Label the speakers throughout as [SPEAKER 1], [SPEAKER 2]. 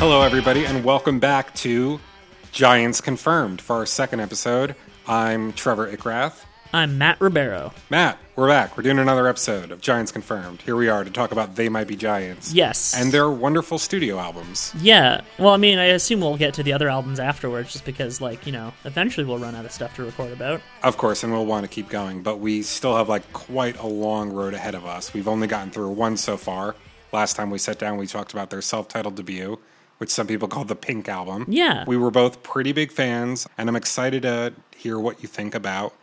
[SPEAKER 1] Hello, everybody, and welcome back to Giants Confirmed for our second episode. I'm Trevor Ickrath.
[SPEAKER 2] I'm Matt Ribeiro.
[SPEAKER 1] Matt, we're back. We're doing another episode of Giants Confirmed. Here we are to talk about They Might Be Giants.
[SPEAKER 2] Yes.
[SPEAKER 1] And their wonderful studio albums.
[SPEAKER 2] Yeah. Well, I mean, I assume we'll get to the other albums afterwards just because, like, you know, eventually we'll run out of stuff to record about.
[SPEAKER 1] Of course, and we'll want to keep going, but we still have like quite a long road ahead of us. We've only gotten through one so far. Last time we sat down, we talked about their self titled debut, which some people call the Pink album.
[SPEAKER 2] Yeah.
[SPEAKER 1] We were both pretty big fans, and I'm excited to hear what you think about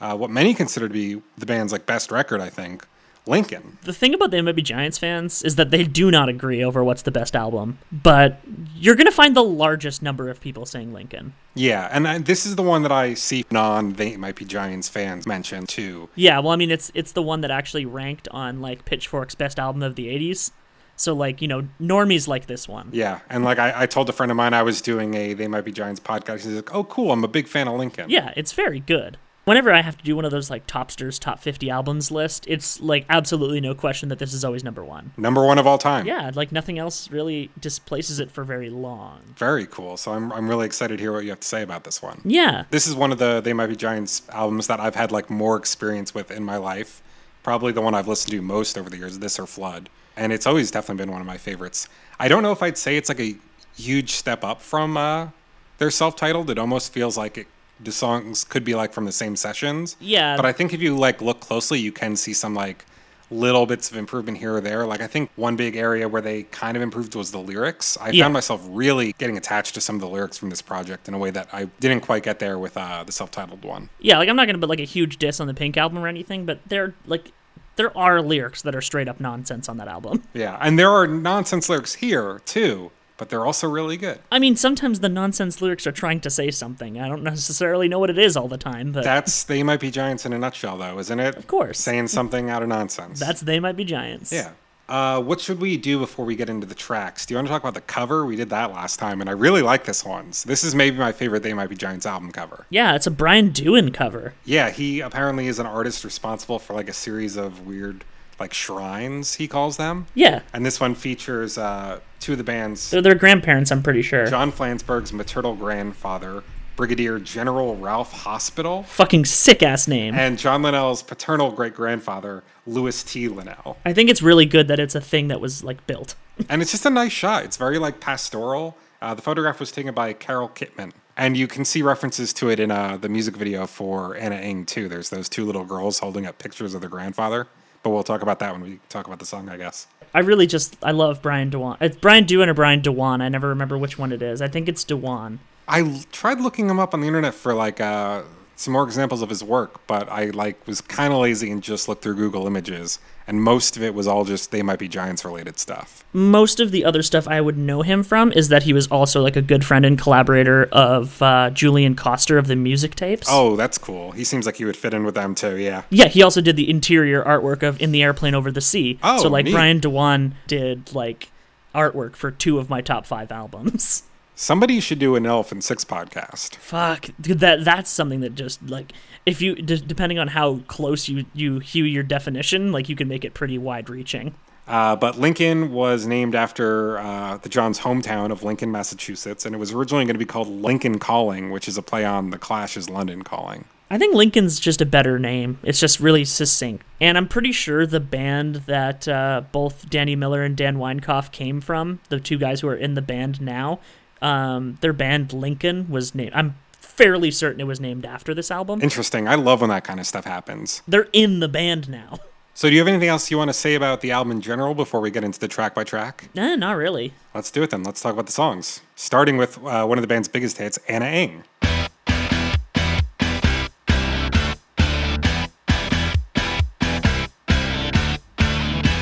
[SPEAKER 1] uh, what many consider to be the band's like best record, I think. Lincoln.
[SPEAKER 2] The thing about the MLB Giants fans is that they do not agree over what's the best album, but you're going to find the largest number of people saying Lincoln.
[SPEAKER 1] Yeah, and I, this is the one that I see non They Might Be Giants fans mention too.
[SPEAKER 2] Yeah, well, I mean, it's it's the one that actually ranked on like Pitchfork's best album of the '80s. So, like, you know, normies like this one.
[SPEAKER 1] Yeah, and like I, I told a friend of mine I was doing a They Might Be Giants podcast. He's like, "Oh, cool! I'm a big fan of Lincoln."
[SPEAKER 2] Yeah, it's very good. Whenever I have to do one of those like Topsters top 50 albums list, it's like absolutely no question that this is always number one.
[SPEAKER 1] number one of all time.
[SPEAKER 2] Yeah, like nothing else really displaces it for very long.
[SPEAKER 1] very cool. So I'm I'm really excited to hear what you have to say about this one.
[SPEAKER 2] Yeah.
[SPEAKER 1] This is one of the They Might Be Giants albums that I've had like more experience with in my life. Probably the one I've listened to most over the years, this or Flood. And it's always definitely been one of my favorites. I don't know if I'd say it's like a huge step up from uh, their self-titled. It almost feels like it, the songs could be like from the same sessions.
[SPEAKER 2] Yeah.
[SPEAKER 1] But I think if you like look closely, you can see some like little bits of improvement here or there. Like I think one big area where they kind of improved was the lyrics. I
[SPEAKER 2] Yeah.
[SPEAKER 1] found myself really getting attached to some of the lyrics from this project in a way that I didn't quite get there with uh, the self-titled one.
[SPEAKER 2] Yeah, like I'm not going to put like a huge diss on the Pink album or anything, but there like there are lyrics that are straight up nonsense on that album.
[SPEAKER 1] Yeah, and there are nonsense lyrics here too, but they're also really good.
[SPEAKER 2] I mean, sometimes the nonsense lyrics are trying to say something. I don't necessarily know what it is all the time, but
[SPEAKER 1] That's they might be giants in a nutshell, though, isn't it? Of
[SPEAKER 2] course.
[SPEAKER 1] saying something out of nonsense.
[SPEAKER 2] that's they might be giants.
[SPEAKER 1] yeah. Uh, what should we do before we get into the tracks? Do you want to talk about the cover? We did that last time, and I really like this one. So this is maybe my favorite They Might Be Giants album cover.
[SPEAKER 2] Yeah, it's a Brian Dewan cover.
[SPEAKER 1] Yeah, he apparently is an artist responsible for like a series of weird, like shrines, he calls them.
[SPEAKER 2] Yeah.
[SPEAKER 1] And this one features uh, two of the band's
[SPEAKER 2] They're their grandparents, I'm pretty sure.
[SPEAKER 1] John Flansburgh's maternal grandfather, Brigadier General Ralph Hospital,
[SPEAKER 2] Fucking sick ass name.
[SPEAKER 1] and John Linnell's paternal great grandfather, Louis T. Linnell.
[SPEAKER 2] I think it's really good that it's a thing that was like built.
[SPEAKER 1] And it's just a nice shot. It's very like pastoral. Uh, the photograph was taken by Carol Kitman. And you can see references to it in uh, the music video for Anna Ng, too. There's those two little girls holding up pictures of their grandfather. But we'll talk about that when we talk about the song, I guess.
[SPEAKER 2] I really just I love Brian Dewan. It's Brian Dewan or Brian Dewan. I never remember which one it is. I think it's Dewan.
[SPEAKER 1] I l- tried looking him up on the internet for like uh, some more examples of his work, but I like was kind of lazy and just looked through Google Images, and most of it was all just they might be giants related stuff.
[SPEAKER 2] Most of the other stuff I would know him from is that he was also like a good friend and collaborator of uh, Julian Coster of the Music Tapes.
[SPEAKER 1] Oh, that's cool. He seems like he would fit in with them too. Yeah,
[SPEAKER 2] Yeah, he also did the interior artwork of In the Airplane Over the Sea.
[SPEAKER 1] Oh,
[SPEAKER 2] so like
[SPEAKER 1] neat.
[SPEAKER 2] Brian Dewan did like artwork for two of my top 5 albums.
[SPEAKER 1] somebody should do an Elf and Six podcast.
[SPEAKER 2] Fuck, dude, that that's something that just like if you d- depending on how close you you hew your definition, like you can make it pretty wide reaching.
[SPEAKER 1] Uh, but Lincoln was named after uh, the John's hometown of Lincoln, Massachusetts, and it was originally going to be called Lincoln Calling, which is a play on The Clash's London Calling.
[SPEAKER 2] I think Lincoln's just a better name. It's just really succinct. And I'm pretty sure the band that uh, both Danny Miller and Dan Weinkoff came from, the two guys who are in the band now, um, their band Lincoln was named. I'm fairly certain it was named after this album.
[SPEAKER 1] Interesting. I love when that kind of stuff happens.
[SPEAKER 2] They're in the band now.
[SPEAKER 1] So, do you have anything else you want to say about the album in general before we get into the track by track?
[SPEAKER 2] Nah, not really.
[SPEAKER 1] Let's do it then. Let's talk about the songs. Starting with uh, one of the band's biggest hits, Anna Ng.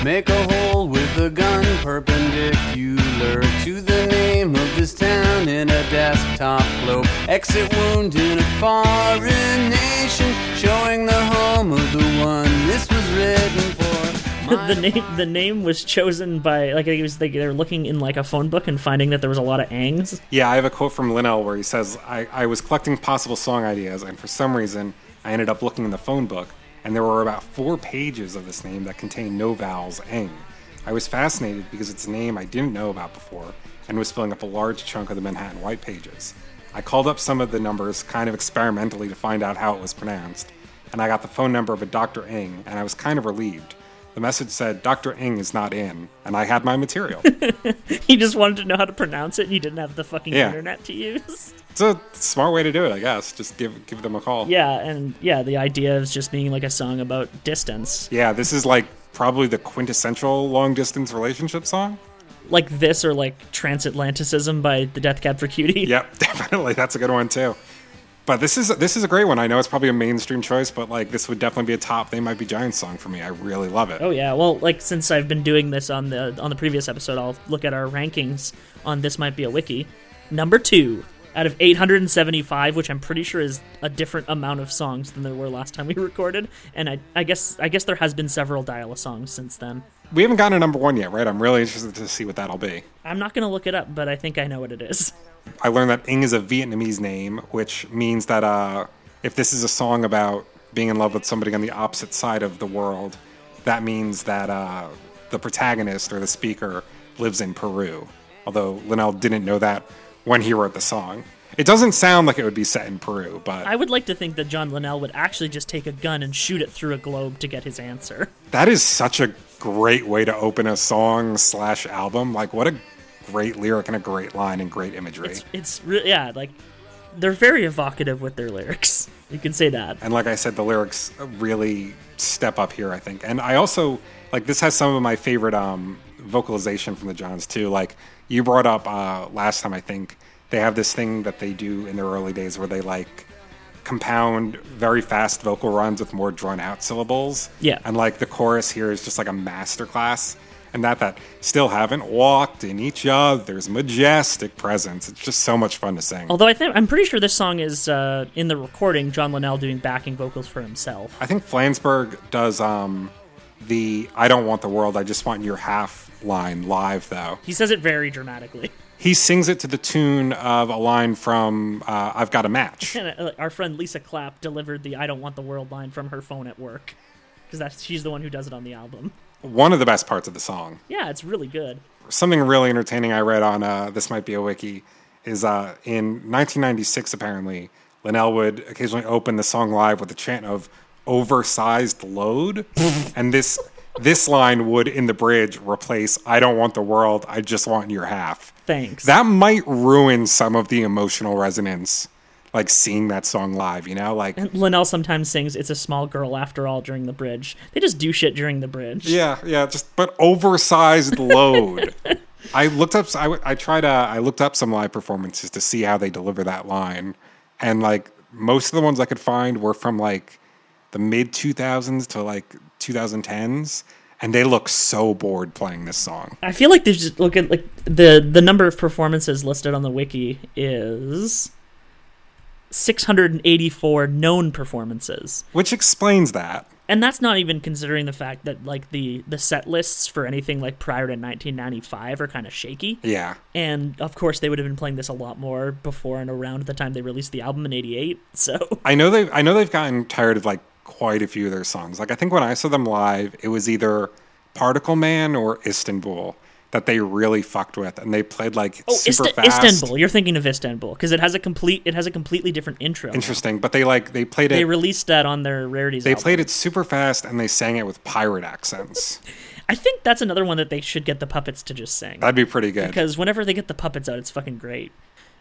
[SPEAKER 3] Make a hole with a gun perpendicular to the name of this town in a desktop globe. Exit wound in a foreign nation, showing the home of the one this was written for.
[SPEAKER 2] the name the name was chosen by like it was like they were looking in like a phone book and finding that there was a lot of angs.
[SPEAKER 1] Yeah, I have a quote from Linnell where he says, I, I was collecting possible song ideas, and for some reason, I ended up looking in the phone book, and there were about four pages of this name that contained no vowels, Ng. I was fascinated because it's a name I didn't know about before, and and was filling up a large chunk of the Manhattan White Pages. I called up some of the numbers kind of experimentally to find out how it was pronounced, and I got the phone number of a Dr. Ing, and I was kind of relieved. The message said, Dr. Ing is not in, and I had my material.
[SPEAKER 2] He just wanted to know how to pronounce it, and you didn't have the fucking
[SPEAKER 1] Yeah.
[SPEAKER 2] internet to use.
[SPEAKER 1] it's a smart way to do it, I guess. Just give give them a call.
[SPEAKER 2] Yeah, and yeah, the idea is just being like a song about distance,
[SPEAKER 1] Yeah, this is like probably the quintessential long distance relationship song.
[SPEAKER 2] like this or like Transatlanticism by the Death Cab for Cutie.
[SPEAKER 1] Yep, definitely. That's a good one too. But this is this is a great one. I know it's probably a mainstream choice, but like this would definitely be a top. They might be Giants song for me. I really love it.
[SPEAKER 2] Oh yeah, well, like since I've been doing this on the on the previous episode, I'll look at our rankings on this might be a wiki. Number two out of 875, which I'm pretty sure is a different amount of songs than there were last time we recorded, and I, I guess I guess there has been several dial songs since then.
[SPEAKER 1] We haven't gotten a number one yet, right? I'm really interested to see what that'll be.
[SPEAKER 2] I'm not gonna look it up, but I think I know what it is.
[SPEAKER 1] I learned that Ing is a Vietnamese name, which means that uh, if this is a song about being in love with somebody on the opposite side of the world, that means that uh, the protagonist or the speaker lives in Peru. Although Linnell didn't know that when he wrote the song. It doesn't sound like it would be set in Peru, but
[SPEAKER 2] I would like to think that John Linnell would actually just take a gun and shoot it through a globe to get his answer.
[SPEAKER 1] that is such a great way to open a song slash album. Like, what a great lyric and a great line and great imagery.
[SPEAKER 2] It's it's re- yeah, like they're very evocative with their lyrics. You can say that.
[SPEAKER 1] And like I said, the lyrics really step up here, I think. And I also like this has some of my favorite um, vocalization from the Johns too. Like you brought up uh, last time, I think they have this thing that they do in their early days where they like compound very fast vocal runs with more drawn out syllables.
[SPEAKER 2] Yeah.
[SPEAKER 1] And like the chorus here is just like a masterclass. And that that still haven't walked in each other's majestic presence. It's just so much fun to sing.
[SPEAKER 2] Although I think I'm pretty sure this song is uh, in the recording, John Linnell doing backing vocals for himself.
[SPEAKER 1] I think Flansburgh does um, the I don't want the world, I just want your half line live, though.
[SPEAKER 2] He says it very dramatically.
[SPEAKER 1] He sings it to the tune of a line from uh, I've Got a Match.
[SPEAKER 2] And uh, our friend Lisa Clapp delivered the "I don't want the world" line from her phone at work because that's she's the one who does it on the album.
[SPEAKER 1] One of the best parts of the song.
[SPEAKER 2] Yeah, it's really good.
[SPEAKER 1] Something really entertaining I read on uh, This Might Be a Wiki is uh, in 1996, apparently, Linnell would occasionally open the song live with a chant of oversized load. and this. This line would in the bridge replace I don't want the world, I just want your half.
[SPEAKER 2] Thanks.
[SPEAKER 1] that might ruin some of the emotional resonance like seeing that song live you know like
[SPEAKER 2] Linnell sometimes sings "It's a small girl after all" during the bridge. They just do shit during the bridge.
[SPEAKER 1] yeah yeah just but oversized load i looked up I, w- I tried uh, i looked up some live performances to see how they deliver that line and like most of the ones i could find were from like the mid 2000s to like 2010s and they look so bored playing this song
[SPEAKER 2] I feel like they just look at like the the number of performances listed on the wiki is 684 known performances.
[SPEAKER 1] which explains that
[SPEAKER 2] and that's not even considering the fact that like the the set lists for anything like prior to 1995 are kind of shaky
[SPEAKER 1] yeah
[SPEAKER 2] and of course they would have been playing this a lot more before and around the time they released the album in 88 so
[SPEAKER 1] I know they have I know they've gotten tired of like quite a few of their songs. Like I think when I saw them live, it was either Particle Man or Istanbul that they really fucked with, and they played like
[SPEAKER 2] oh
[SPEAKER 1] super
[SPEAKER 2] Ist-
[SPEAKER 1] fast.
[SPEAKER 2] istanbul you're thinking of istanbul because it has a complete it has a completely different intro
[SPEAKER 1] Interesting, but they like they played it.
[SPEAKER 2] they
[SPEAKER 1] They,
[SPEAKER 2] released that on their rarities album.
[SPEAKER 1] played it super fast, and they sang it with pirate accents.
[SPEAKER 2] i think that's another one that they should get the puppets to just sing
[SPEAKER 1] That'd be pretty good.
[SPEAKER 2] because whenever they get the puppets out it's fucking great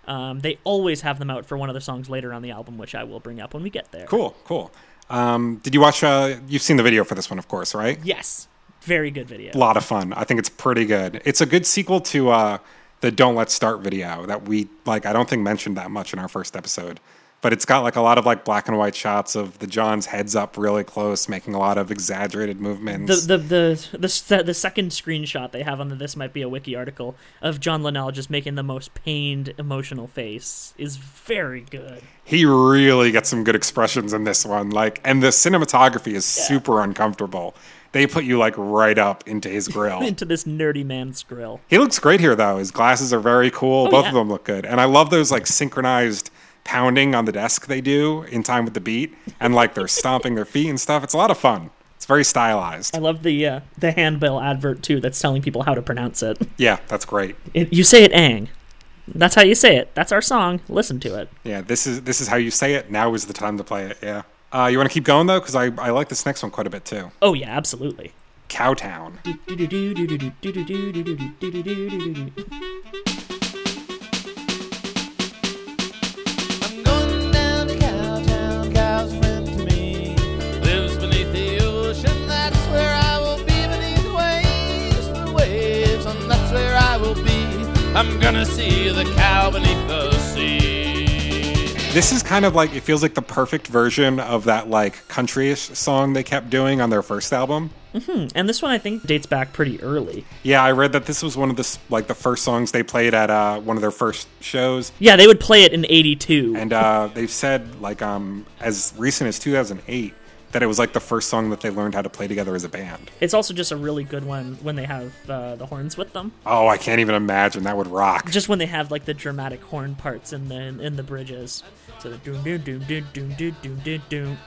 [SPEAKER 2] um, they always have them out for one of their songs later on the album which i will bring up when we get there
[SPEAKER 1] cool, cool. Um, did you watch? Uh, you've seen the video for this one, of course, right?
[SPEAKER 2] yes very good video
[SPEAKER 1] A lot of fun. I think it's pretty good. It's a good sequel to uh, the "Don't Let's Start" video that we like. I don't think mentioned that much in our first episode, but it's got like a lot of like black and white shots of the John's heads up really close, making a lot of exaggerated
[SPEAKER 2] the
[SPEAKER 1] movements.
[SPEAKER 2] the the the, se- the second screenshot they have on the this might be a wiki article of John Linnell just making the most pained emotional face is very good.
[SPEAKER 1] he really gets some good expressions in this one, like, and the cinematography is super uncomfortable. They put you like right up into his grill.
[SPEAKER 2] Into this nerdy man's grill.
[SPEAKER 1] he looks great here though. His glasses are very cool. Both of
[SPEAKER 2] yeah.
[SPEAKER 1] them look good, and I love those like synchronized pounding on the desk they do in time with the beat, and like they're stomping their feet and stuff. It's a lot of fun. It's very stylized.
[SPEAKER 2] I love the uh, the handbill advert too. That's telling people how to pronounce it.
[SPEAKER 1] Yeah, that's great.
[SPEAKER 2] it you say it Ang. That's how you say it. That's our song. Listen to it.
[SPEAKER 1] Yeah, this is this is how you say it. Now is the time to play it. Yeah. Uh, you want to keep going though, because I I like this next one quite a bit too.
[SPEAKER 2] Oh yeah, absolutely.
[SPEAKER 1] Cowtown.
[SPEAKER 4] I'm going down to Cowtown, cow's friend to me. Lives beneath the ocean, that's where I will be beneath the waves, the waves, and that's where I will be. I'm gonna see the cow beneath the sea.
[SPEAKER 1] This is kind of like it feels like the perfect version of that like countryish song they kept doing on their first album.
[SPEAKER 2] And this one I think dates back pretty early.
[SPEAKER 1] Yeah, I read that this was one of the s- like the first songs they played at uh, one of their first shows,
[SPEAKER 2] Yeah, they would play it in '82.
[SPEAKER 1] and uh, they've said like um as recent as 2008 that it was like the first song that they learned how to play together as a band.
[SPEAKER 2] It's also just a really good one when they have uh, the horns with them.
[SPEAKER 1] Oh, I can't even imagine that would rock.
[SPEAKER 2] Just when they have like the dramatic horn parts in the in the bridges. So the doom doom doom doom doom doom doom doom doom.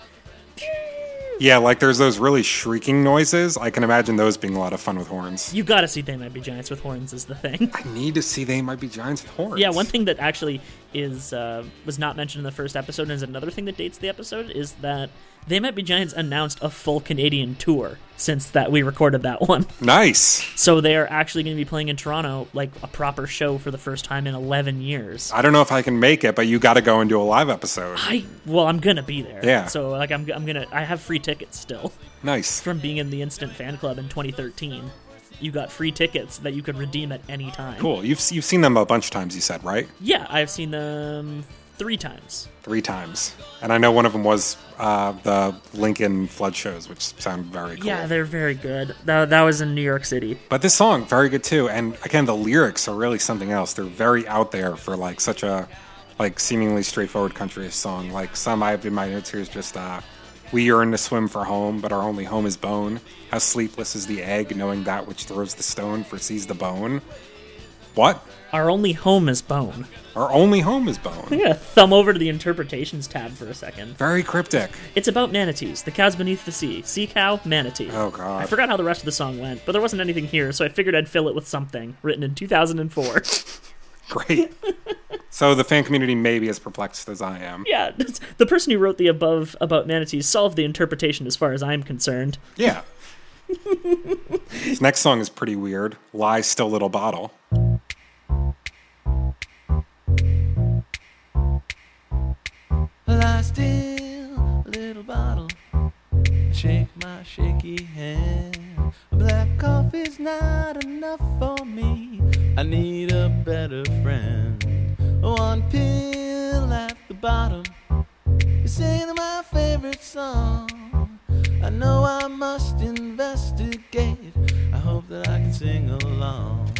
[SPEAKER 1] Yeah, like there's those really shrieking noises. I can imagine those being a lot of fun with horns.
[SPEAKER 2] You gotta see They Might Be Giants with horns is the thing.
[SPEAKER 1] I need to see they might be giants with horns.
[SPEAKER 2] yeah, one thing that actually is uh, was not mentioned in the first episode and is another thing that dates the episode is that They Might Be Giants announced a full Canadian tour since that we recorded that one.
[SPEAKER 1] Nice.
[SPEAKER 2] So they are actually going to be playing in Toronto like a proper show for the first time in 11 years.
[SPEAKER 1] I don't know if I can make it, but you got to go and do a live episode.
[SPEAKER 2] I well, I'm gonna be there.
[SPEAKER 1] Yeah.
[SPEAKER 2] So like, I'm I'm gonna I have free tickets still
[SPEAKER 1] Nice.
[SPEAKER 2] from being in the Instant Fan Club in 2013. You got free tickets that you could redeem at any time.
[SPEAKER 1] Cool. You've you've seen them a bunch of times. You said right,
[SPEAKER 2] Yeah, I've seen them three times.
[SPEAKER 1] three times, and I know one of them was uh, the Lincoln flood shows, which sound very cool.
[SPEAKER 2] Yeah, they're very good. That that was in New York City.
[SPEAKER 1] but this song very good too, and again the lyrics are really something else. They're very out there for like such a like seemingly straightforward country song. Like some I have in my notes here is just uh, we yearn to swim for home, but our only home is bone. How sleepless is the egg, knowing that which throws the stone foresees the bone. What?
[SPEAKER 2] Our only home is bone.
[SPEAKER 1] Our only home is bone.
[SPEAKER 2] I'm gonna thumb over to the interpretations tab for a second.
[SPEAKER 1] Very cryptic.
[SPEAKER 2] It's about manatees, the cows beneath the sea, sea cow, manatee.
[SPEAKER 1] Oh, God.
[SPEAKER 2] I forgot how the rest of the song went, but there wasn't anything here, so I figured I'd fill it with something written in 2004.
[SPEAKER 1] Great. so the fan community may be as perplexed as I am.
[SPEAKER 2] yeah, it's- the person who wrote the above about manatees solved the interpretation as far as I'm concerned.
[SPEAKER 1] Yeah. this next song is pretty weird. Lie Still Little Bottle.
[SPEAKER 4] Lie still, little bottle. Shake my shaky hand. Black coffee's not enough for me. I need a better friend. One pill at the bottom. You sing my favorite song. I know I must investigate. I hope that I can sing along.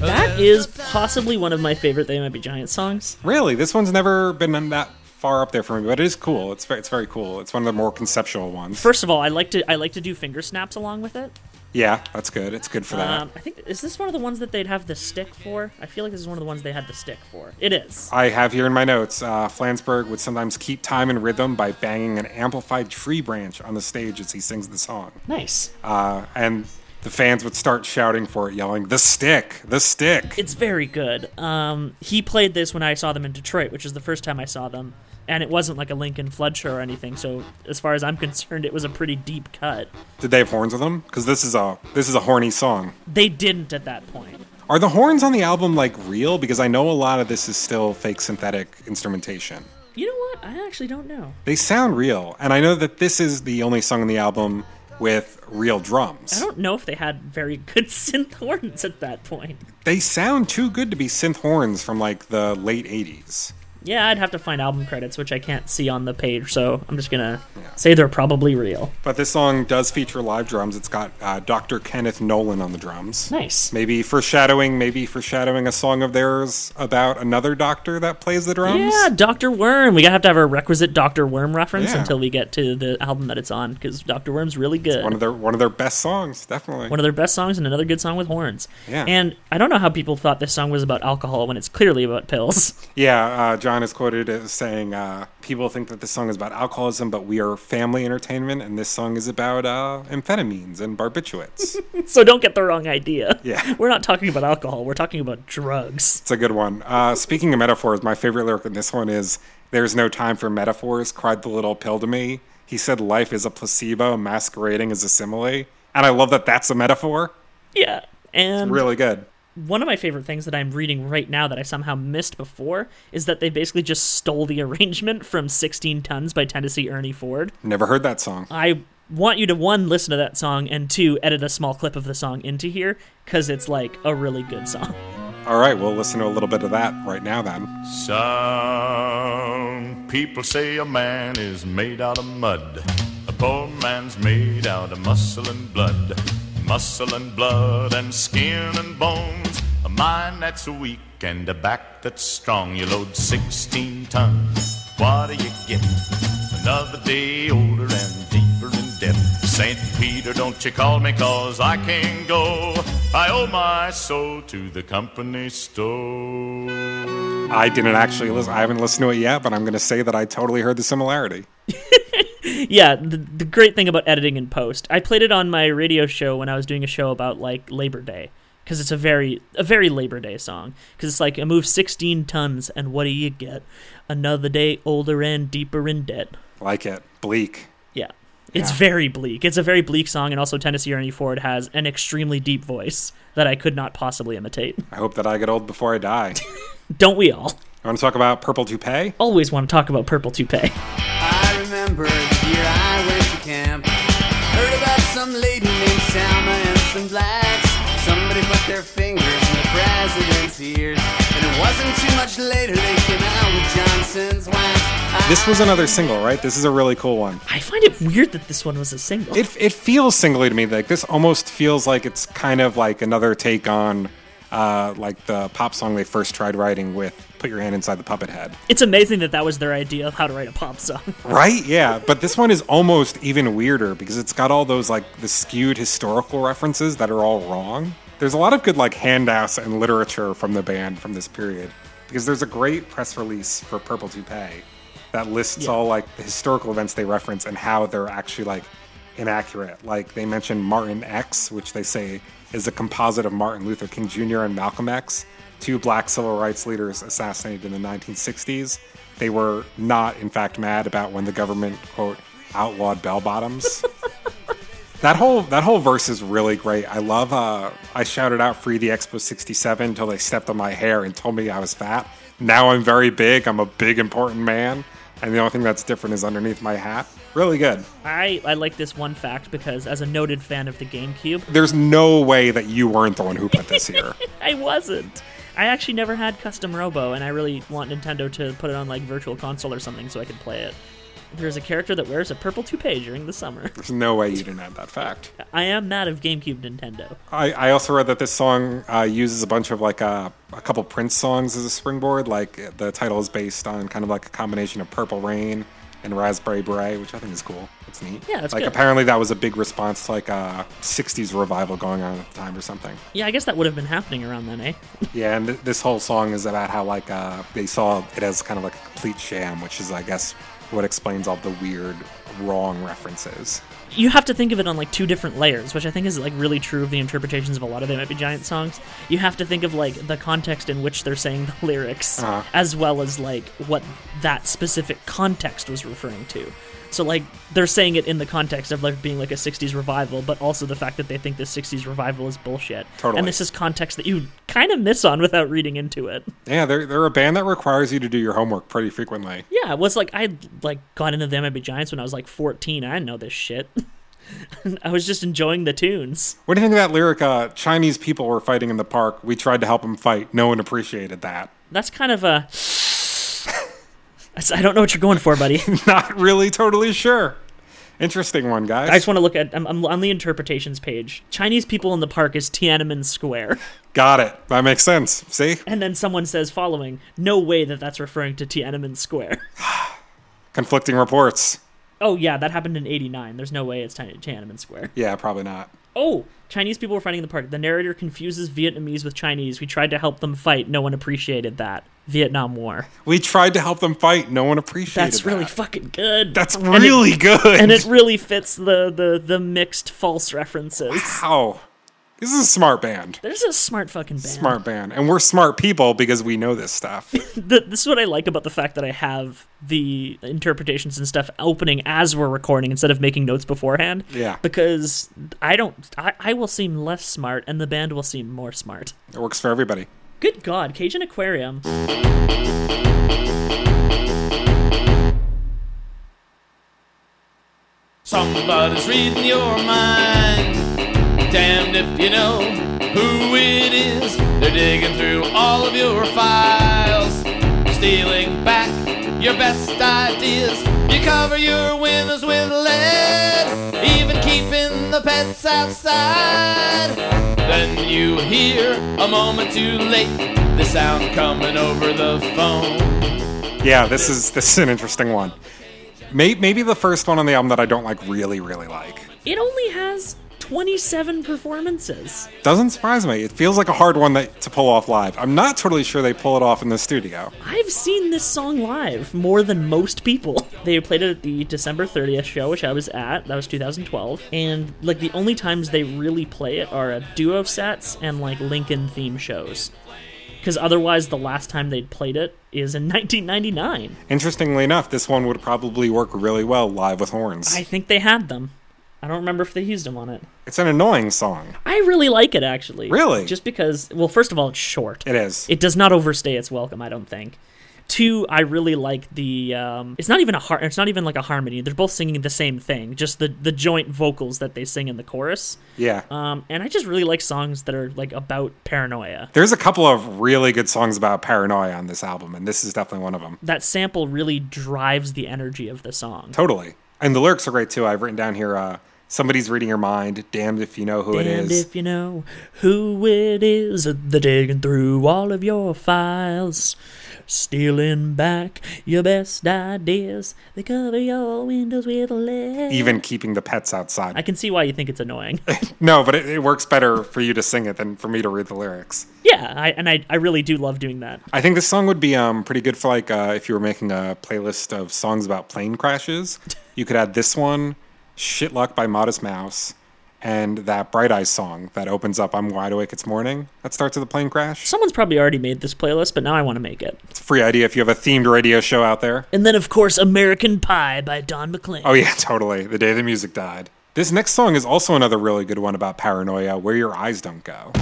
[SPEAKER 2] That is possibly one of my favorite They Might Be Giants songs.
[SPEAKER 1] Really, this one's never been that far up there for me, but it is cool. It's very, it's very cool. It's one of the more conceptual ones.
[SPEAKER 2] First of all, I like to I like to do finger snaps along with it.
[SPEAKER 1] yeah, that's good. It's good for that.
[SPEAKER 2] Um, I think is this one of the ones that they'd have the stick for? I feel like this is one of the ones they had the stick for. It is.
[SPEAKER 1] I have here in my notes uh, Flansburgh would sometimes keep time and rhythm by banging an amplified tree branch on the stage as he sings the song.
[SPEAKER 2] Nice.
[SPEAKER 1] Uh, and the fans would start shouting for it, yelling, The stick! The stick!
[SPEAKER 2] It's very good. Um, he played this when I saw them in Detroit, which is the first time I saw them, and it wasn't like a Lincoln flood show or anything. So as far as I'm concerned, it was a pretty deep cut.
[SPEAKER 1] Did they have horns with them? Because this is a this is a horny song.
[SPEAKER 2] They didn't at that point.
[SPEAKER 1] Are the horns on the album like real? Because I know a lot of this is still fake synthetic instrumentation.
[SPEAKER 2] You know what? I actually don't know.
[SPEAKER 1] They sound real, and I know that this is the only song on the album with real
[SPEAKER 2] I
[SPEAKER 1] drums.
[SPEAKER 2] don't know if they had very good synth horns at that point.
[SPEAKER 1] They sound too good to be synth horns from like the late '80s.
[SPEAKER 2] Yeah, I'd have to find album credits, which I can't see on the page, so I'm just gonna say they're probably real.
[SPEAKER 1] But this song does feature live drums. It's got uh, Dr. Kenneth Nolan on the drums.
[SPEAKER 2] Nice.
[SPEAKER 1] Maybe foreshadowing, maybe foreshadowing a song of theirs about another doctor that plays the drums.
[SPEAKER 2] Yeah, Dr. Worm. We gotta have to have a requisite Dr. Worm reference
[SPEAKER 1] Yeah.
[SPEAKER 2] until we get to the album that it's on, because Dr. Worm's really good.
[SPEAKER 1] One of their one of their best songs, definitely.
[SPEAKER 2] one of their best songs and another good song with horns.
[SPEAKER 1] Yeah.
[SPEAKER 2] And I don't know how people thought this song was about alcohol when it's clearly about pills.
[SPEAKER 1] Yeah, uh, John John is quoted as saying, uh, "People think that this song is about alcoholism, but we are family entertainment, and this song is about uh, amphetamines and barbiturates."
[SPEAKER 2] So don't get the wrong idea.
[SPEAKER 1] Yeah.
[SPEAKER 2] We're not talking about alcohol. We're talking about drugs.
[SPEAKER 1] It's a good one. Uh, speaking of metaphors, my favorite lyric in this one is There's no time for metaphors, cried the little pill to me. He said life is a placebo masquerading as a simile. And I love that that's a metaphor.
[SPEAKER 2] Yeah. And
[SPEAKER 1] Really good.
[SPEAKER 2] one of my favorite things that I'm reading right now that I somehow missed before is that they basically just stole the arrangement from 16 Tons by Tennessee Ernie Ford.
[SPEAKER 1] Never heard that song.
[SPEAKER 2] I want you to one listen to that song and two edit a small clip of the song into here cuz it's like a really good song.
[SPEAKER 1] All right, we'll listen to a little bit of that right now then.
[SPEAKER 5] Some people say a man is made out of mud. A poor man's made out of muscle and blood. Muscle and blood and skin and bones. A mind that's weak and a back that's strong. You load 16 tons. What do you get? Another day older and deeper in debt. St. Peter, don't you call me, cause I can't go. I owe my soul to the company store.
[SPEAKER 1] I didn't actually listen, I haven't listened to it yet, but I'm going to say that I totally heard the similarity.
[SPEAKER 2] yeah, the, the great thing about editing in post, I played it on my radio show when I was doing a show about like Labor Day because it's a very a very Labor Day song because it's like I move 16 tons and what do you get? Another day older and deeper in debt.
[SPEAKER 1] Like it. Bleak.
[SPEAKER 2] Yeah. It's
[SPEAKER 1] Yeah.
[SPEAKER 2] very bleak. It's a very bleak song, and also Tennessee Ernie Ford has an extremely deep voice that I could not possibly imitate.
[SPEAKER 1] I hope that I get old before I die. You
[SPEAKER 2] Don't we all?
[SPEAKER 1] want to talk about Purple Toupee?
[SPEAKER 2] Always want to talk about Purple Toupee.
[SPEAKER 3] I remember the year I went to camp. Heard about some lady named Salma and some blacks. Somebody put their fingers in the president's ears. And it wasn't too much later they came out with Johnson's wax. I-
[SPEAKER 1] This was another single, right? This is a really cool one.
[SPEAKER 2] I find it weird that this one was a single.
[SPEAKER 1] it, it feels singly to me like this almost feels like it's kind of like another take on uh, like the pop song they first tried writing with put your hand inside the puppet head
[SPEAKER 2] it's amazing that that was their idea of how to write a pop song.
[SPEAKER 1] right yeah but this one is almost even weirder because it's got all those like the skewed historical references that are all wrong there's a lot of good like handouts and literature from the band from this period because there's a great press release for purple toupee that lists all like the historical events they reference and how they're actually like inaccurate. Like they mention Martin X, which they say is a composite of Martin Luther King Jr. and Malcolm X, two black civil rights leaders assassinated in the 1960s. They were not, in fact, mad about when the government quote outlawed bell bottoms. That whole that whole verse is really great. I love. Uh, I shouted out "Free the Expo '67" until they stepped on my hair and told me I was fat. Now I'm very big. I'm a big important man, and the only thing that's different is underneath my hat. Really good.
[SPEAKER 2] I, I like this one fact because, as a noted fan of the GameCube,
[SPEAKER 1] There's no way that you weren't the one who put this here.
[SPEAKER 2] I wasn't. I actually never had Custom Robo, and I really want Nintendo to put it on like Virtual Console or something so I can play it. There's a character that wears a purple toupee during the summer.
[SPEAKER 1] There's no way you didn't have that fact.
[SPEAKER 2] I am mad of GameCube Nintendo.
[SPEAKER 1] I, I also read that this song uh, uses a bunch of like uh, a couple Prince songs as a springboard. Like the title is based on kind of like a combination of Purple Rain and Raspberry Beret, which I think is cool. It's neat.
[SPEAKER 2] Yeah, that's
[SPEAKER 1] like
[SPEAKER 2] good.
[SPEAKER 1] apparently that was a big response to like a '60s revival going on at the time or something.
[SPEAKER 2] Yeah, I guess that would have been happening around then, eh?
[SPEAKER 1] Yeah, and th- this whole song is about how like uh, they saw it as kind of like a complete sham, which is I guess what explains all the weird wrong references.
[SPEAKER 2] You have to think of it on like two different layers, which I think is like really true of the interpretations of a lot of They Might Be Giant songs. You have to think of like the context in which they're saying the lyrics, as well as like what that specific context was referring to. So like they're saying it in the context of like being like a '60s revival, but also the fact that they think the '60s revival is bullshit.
[SPEAKER 1] Totally.
[SPEAKER 2] And this is context that you kind of miss on without reading into it.
[SPEAKER 1] Yeah, they're they're a band that requires you to do your homework pretty frequently.
[SPEAKER 2] Yeah, it was like I like got into the MLB Giants when I was like 14. I didn't know this shit. I was just enjoying the tunes.
[SPEAKER 1] What do you think of that lyric? Uh, Chinese people were fighting in the park. We tried to help them fight. No one appreciated that.
[SPEAKER 2] That's kind of a. That's- I don't know what you're going for, buddy.
[SPEAKER 1] Not really totally sure. Interesting one, guys.
[SPEAKER 2] I just want to look at. I'm, I'm on the interpretations page. Chinese people in the park is Tiananmen Square,
[SPEAKER 1] Got it. That makes sense. See?
[SPEAKER 2] and then someone says, "Following, no way that that's referring to Tiananmen Square."
[SPEAKER 1] Conflicting reports.
[SPEAKER 2] Oh yeah, that happened in '89. There's no way it's Ti- Tiananmen Square.
[SPEAKER 1] Yeah, probably not.
[SPEAKER 2] Oh, Chinese people were fighting in the park. The narrator confuses Vietnamese with Chinese. We tried to help them fight. No one appreciated that. Vietnam War.
[SPEAKER 1] We tried to help them fight. No one appreciated
[SPEAKER 2] That's really
[SPEAKER 1] that.
[SPEAKER 2] fucking good.
[SPEAKER 1] That's
[SPEAKER 2] And it-
[SPEAKER 1] really good.
[SPEAKER 2] and it really fits the the the mixed false references.
[SPEAKER 1] Wow. This is a smart band.
[SPEAKER 2] There's a smart fucking band.
[SPEAKER 1] Smart band. And we're smart people because we know this stuff.
[SPEAKER 2] Th- this is what I like about the fact that I have the interpretations and stuff opening as we're recording instead of making notes beforehand.
[SPEAKER 1] Yeah.
[SPEAKER 2] Because I don't, I, I will seem less smart and the band will seem more smart.
[SPEAKER 1] It works for everybody.
[SPEAKER 2] Good God, Cajun Aquarium.
[SPEAKER 4] Somebody's reading your mind. Damned if you know who it is. They're digging through all of your files, stealing back your best ideas. You cover your windows with lead, even keeping the pets outside. Then you hear a moment too late the sound coming over the phone.
[SPEAKER 1] Yeah, this is this is an interesting one. May, maybe the first one on the album that I don't like really, really like.
[SPEAKER 2] It only has 27 performances.
[SPEAKER 1] Doesn't surprise me. It feels like a hard one that, to pull off live. I'm not totally sure they pull it off in the studio.
[SPEAKER 2] I've seen this song live more than most people. They played it at the December 30th show, which I was at. That was 2012. And, like, the only times they really play it are at duo sets and, like, Lincoln theme shows. Because otherwise, the last time they'd played it is in 1999.
[SPEAKER 1] Interestingly enough, this one would probably work really well live with horns.
[SPEAKER 2] I think they had them. I don't remember if they used them on it.
[SPEAKER 1] It's an annoying song.
[SPEAKER 2] I really like it, actually.
[SPEAKER 1] Really?
[SPEAKER 2] Just because, well, first of all, it's short.
[SPEAKER 1] It is.
[SPEAKER 2] It does not overstay its welcome, I don't think. Two, I really like the. Um, it's not even a har- It's not even like a harmony. They're both singing the same thing, just the the joint vocals that they sing in the chorus.
[SPEAKER 1] yeah.
[SPEAKER 2] Um, and I just really like songs that are like about paranoia.
[SPEAKER 1] There's a couple of really good songs about paranoia on this album, and this is definitely one of them.
[SPEAKER 2] That sample really drives the energy of the song.
[SPEAKER 1] Totally. And the lyrics are great too. I've written down here uh, somebody's reading your mind, damned if you know who it
[SPEAKER 2] Damned
[SPEAKER 1] is.
[SPEAKER 2] if you know who it is, the digging through all of your files, stealing back your best ideas. They cover your windows with lead.
[SPEAKER 1] even keeping the pets outside.
[SPEAKER 2] I can see why you think it's annoying.
[SPEAKER 1] no, but it, it works better for you to sing it than for me to read the lyrics.
[SPEAKER 2] yeah, I, and I, I really do love doing that.
[SPEAKER 1] I think this song would be um, pretty good for like uh, if you were making a playlist of songs about plane crashes. You could add this one, "Shit Luck" by Modest Mouse, and that Bright Eyes song that opens up "I'm Wide Awake It's Morning" that starts with a plane crash.
[SPEAKER 2] Someone's probably already made this playlist, but now I want to make it.
[SPEAKER 1] It's a free idea if you have a themed radio show out there.
[SPEAKER 2] And then, of course, American Pie by Don McLean.
[SPEAKER 1] Oh yeah, totally. The day the music died. This next song is also another really good one about paranoia, where your eyes don't go.